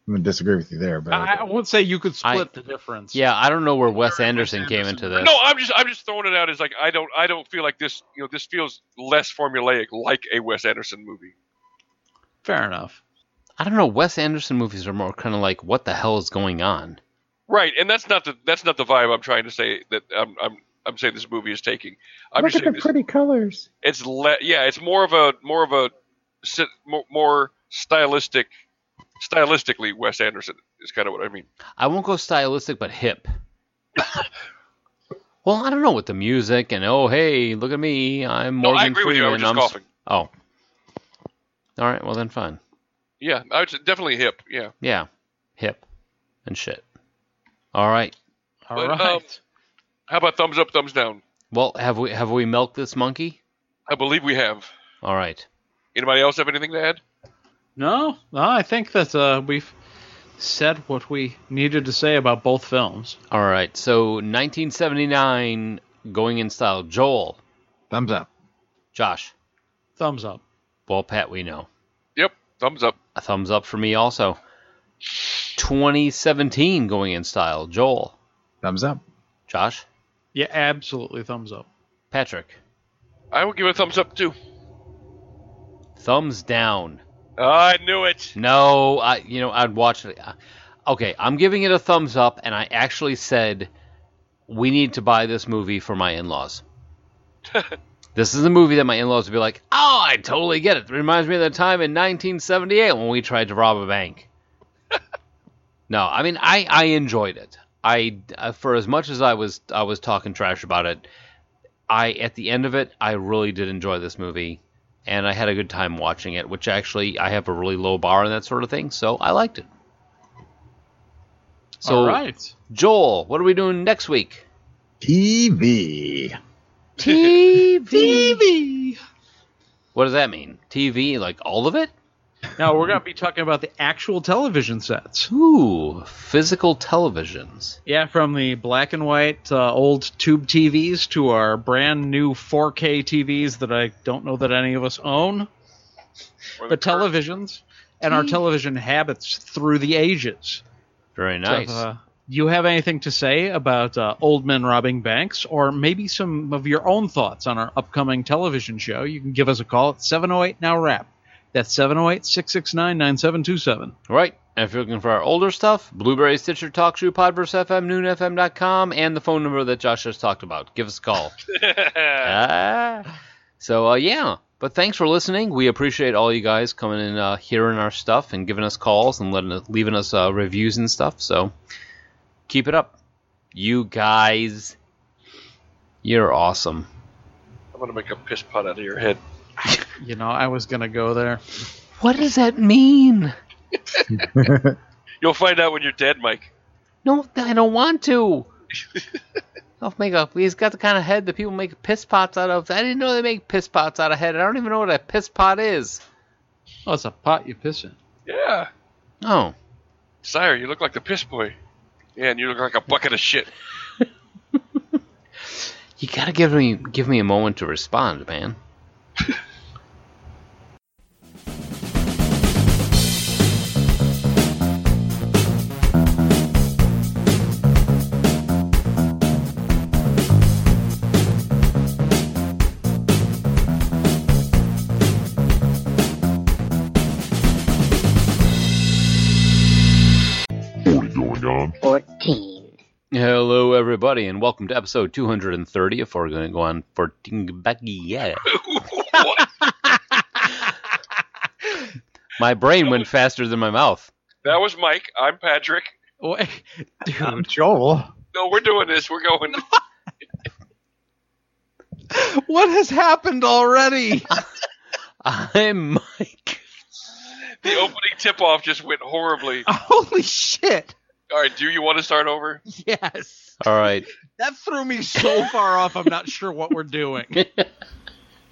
I'm gonna disagree with you there, but
I, I would say you could
I-
split the difference.
Yeah, I don't know where Wes Anderson came into this.
No, I'm just I'm just throwing it out as like I don't I don't feel like this you know this feels less formulaic like a Wes Anderson movie.
Fair enough.
I don't know. Wes Anderson movies are more kind of like, what the hell is going on?
Right, and that's not the that's not the vibe I'm trying to say that I'm I'm I'm saying this movie is taking. I'm just saying this,
colors.
it's le- yeah, it's more of a more of a sit- more, more stylistic stylistically Wes Anderson is kind of what I mean.
I won't go stylistic, but hip. well, I don't know with the music and oh hey, look at me, I'm
No,
Morgan
I agree with
Freeman.
you. I was just
am
coughing.
Oh, all right. Well then, fine.
Yeah, I was definitely hip. Yeah,
Yeah, hip and shit. All right.
All
But,
right.
um, how about thumbs up, thumbs down?
Well, have we have we milked this monkey?
I believe we have.
All right.
Anybody else have anything to add?
no, no, I think that uh, we've said what we needed to say about both films.
All right. So 1979 going in style. Joel,
Thumbs up.
Josh,
Thumbs up.
well Pat, we know.
Yep, thumbs up.
A thumbs up for me also. 2017 going in style. Joel,
Thumbs up.
Josh,
Yeah, absolutely. Thumbs up.
Patrick,
I will give it a thumbs up too.
thumbs down.
I knew it.
No, I you know I'd watch it. Uh, Okay, I'm giving it a thumbs up, and I actually said we need to buy this movie for my
*laughs*
in-laws. this is a movie that my in-laws would be like, "Oh, I totally get it. It reminds me of the time in 1978 when we tried to rob a
*laughs*
bank." no, I mean I I enjoyed it. I uh, for as much as I was I was talking trash about it, I at the end of it I really did enjoy this movie and I had a good time watching it, which actually I have a really low bar and that sort of thing, so I liked it. So,
All right.
Joel, what are we doing next week?
TV.
TV. What does that mean? TV, like all of it?
Now we're gonna be talking about the actual television sets.
Ooh, physical televisions.
Yeah, from the black and white uh, old tube TVs to our brand new 4K TVs that I don't know that any of us own,
Or the
but televisions and our television habits through the ages.
Very nice.
So, uh, do you have anything to say about uh, old men robbing banks, or maybe some of your own thoughts on our upcoming television show? You can give us a call at 708 Now Rap. That's 708 669 9727.
Right. And if you're looking for our older stuff, Blueberry Stitcher Talk Shoe Podverse FM, noonfm.com, and the phone number that Josh just talked about. Give us a call. Ah. So, uh, yeah. But thanks for listening. We appreciate all you guys coming and uh, hearing our stuff and giving us calls and letting us, leaving us uh, reviews and stuff. So keep it up. You guys, you're awesome.
I'm gonna make a piss pot out of your head.
You know, I was going to go there.
What does that mean?
You'll find out when you're dead, Mike.
No, I don't want to. *laughs* I'll make a. He's got the kind of head that people make piss pots out of. I didn't know they make piss pots out of head. I don't even know what a piss pot is.
Oh, it's a pot you piss in.
Yeah,
Oh,
sire, you look like the piss boy. Yeah, and you look like a bucket of shit.
you gotta give me give me a moment to respond, man. Hello, everybody, and welcome to episode 230 of We're Going to Go On for Tingbaggy. Yeah.
What?
My brain went faster than my mouth. *laughs*
that was Mike. I'm Patrick.
Wait,
I'm
dude,
Joel.
No, we're doing this. We're going.
what has happened already? *laughs*
I'm Mike.
The opening tip-off just went horribly.
Holy shit.
All right, do you want to start over?
Yes.
All right.
That threw me so far off, I'm not sure what we're doing.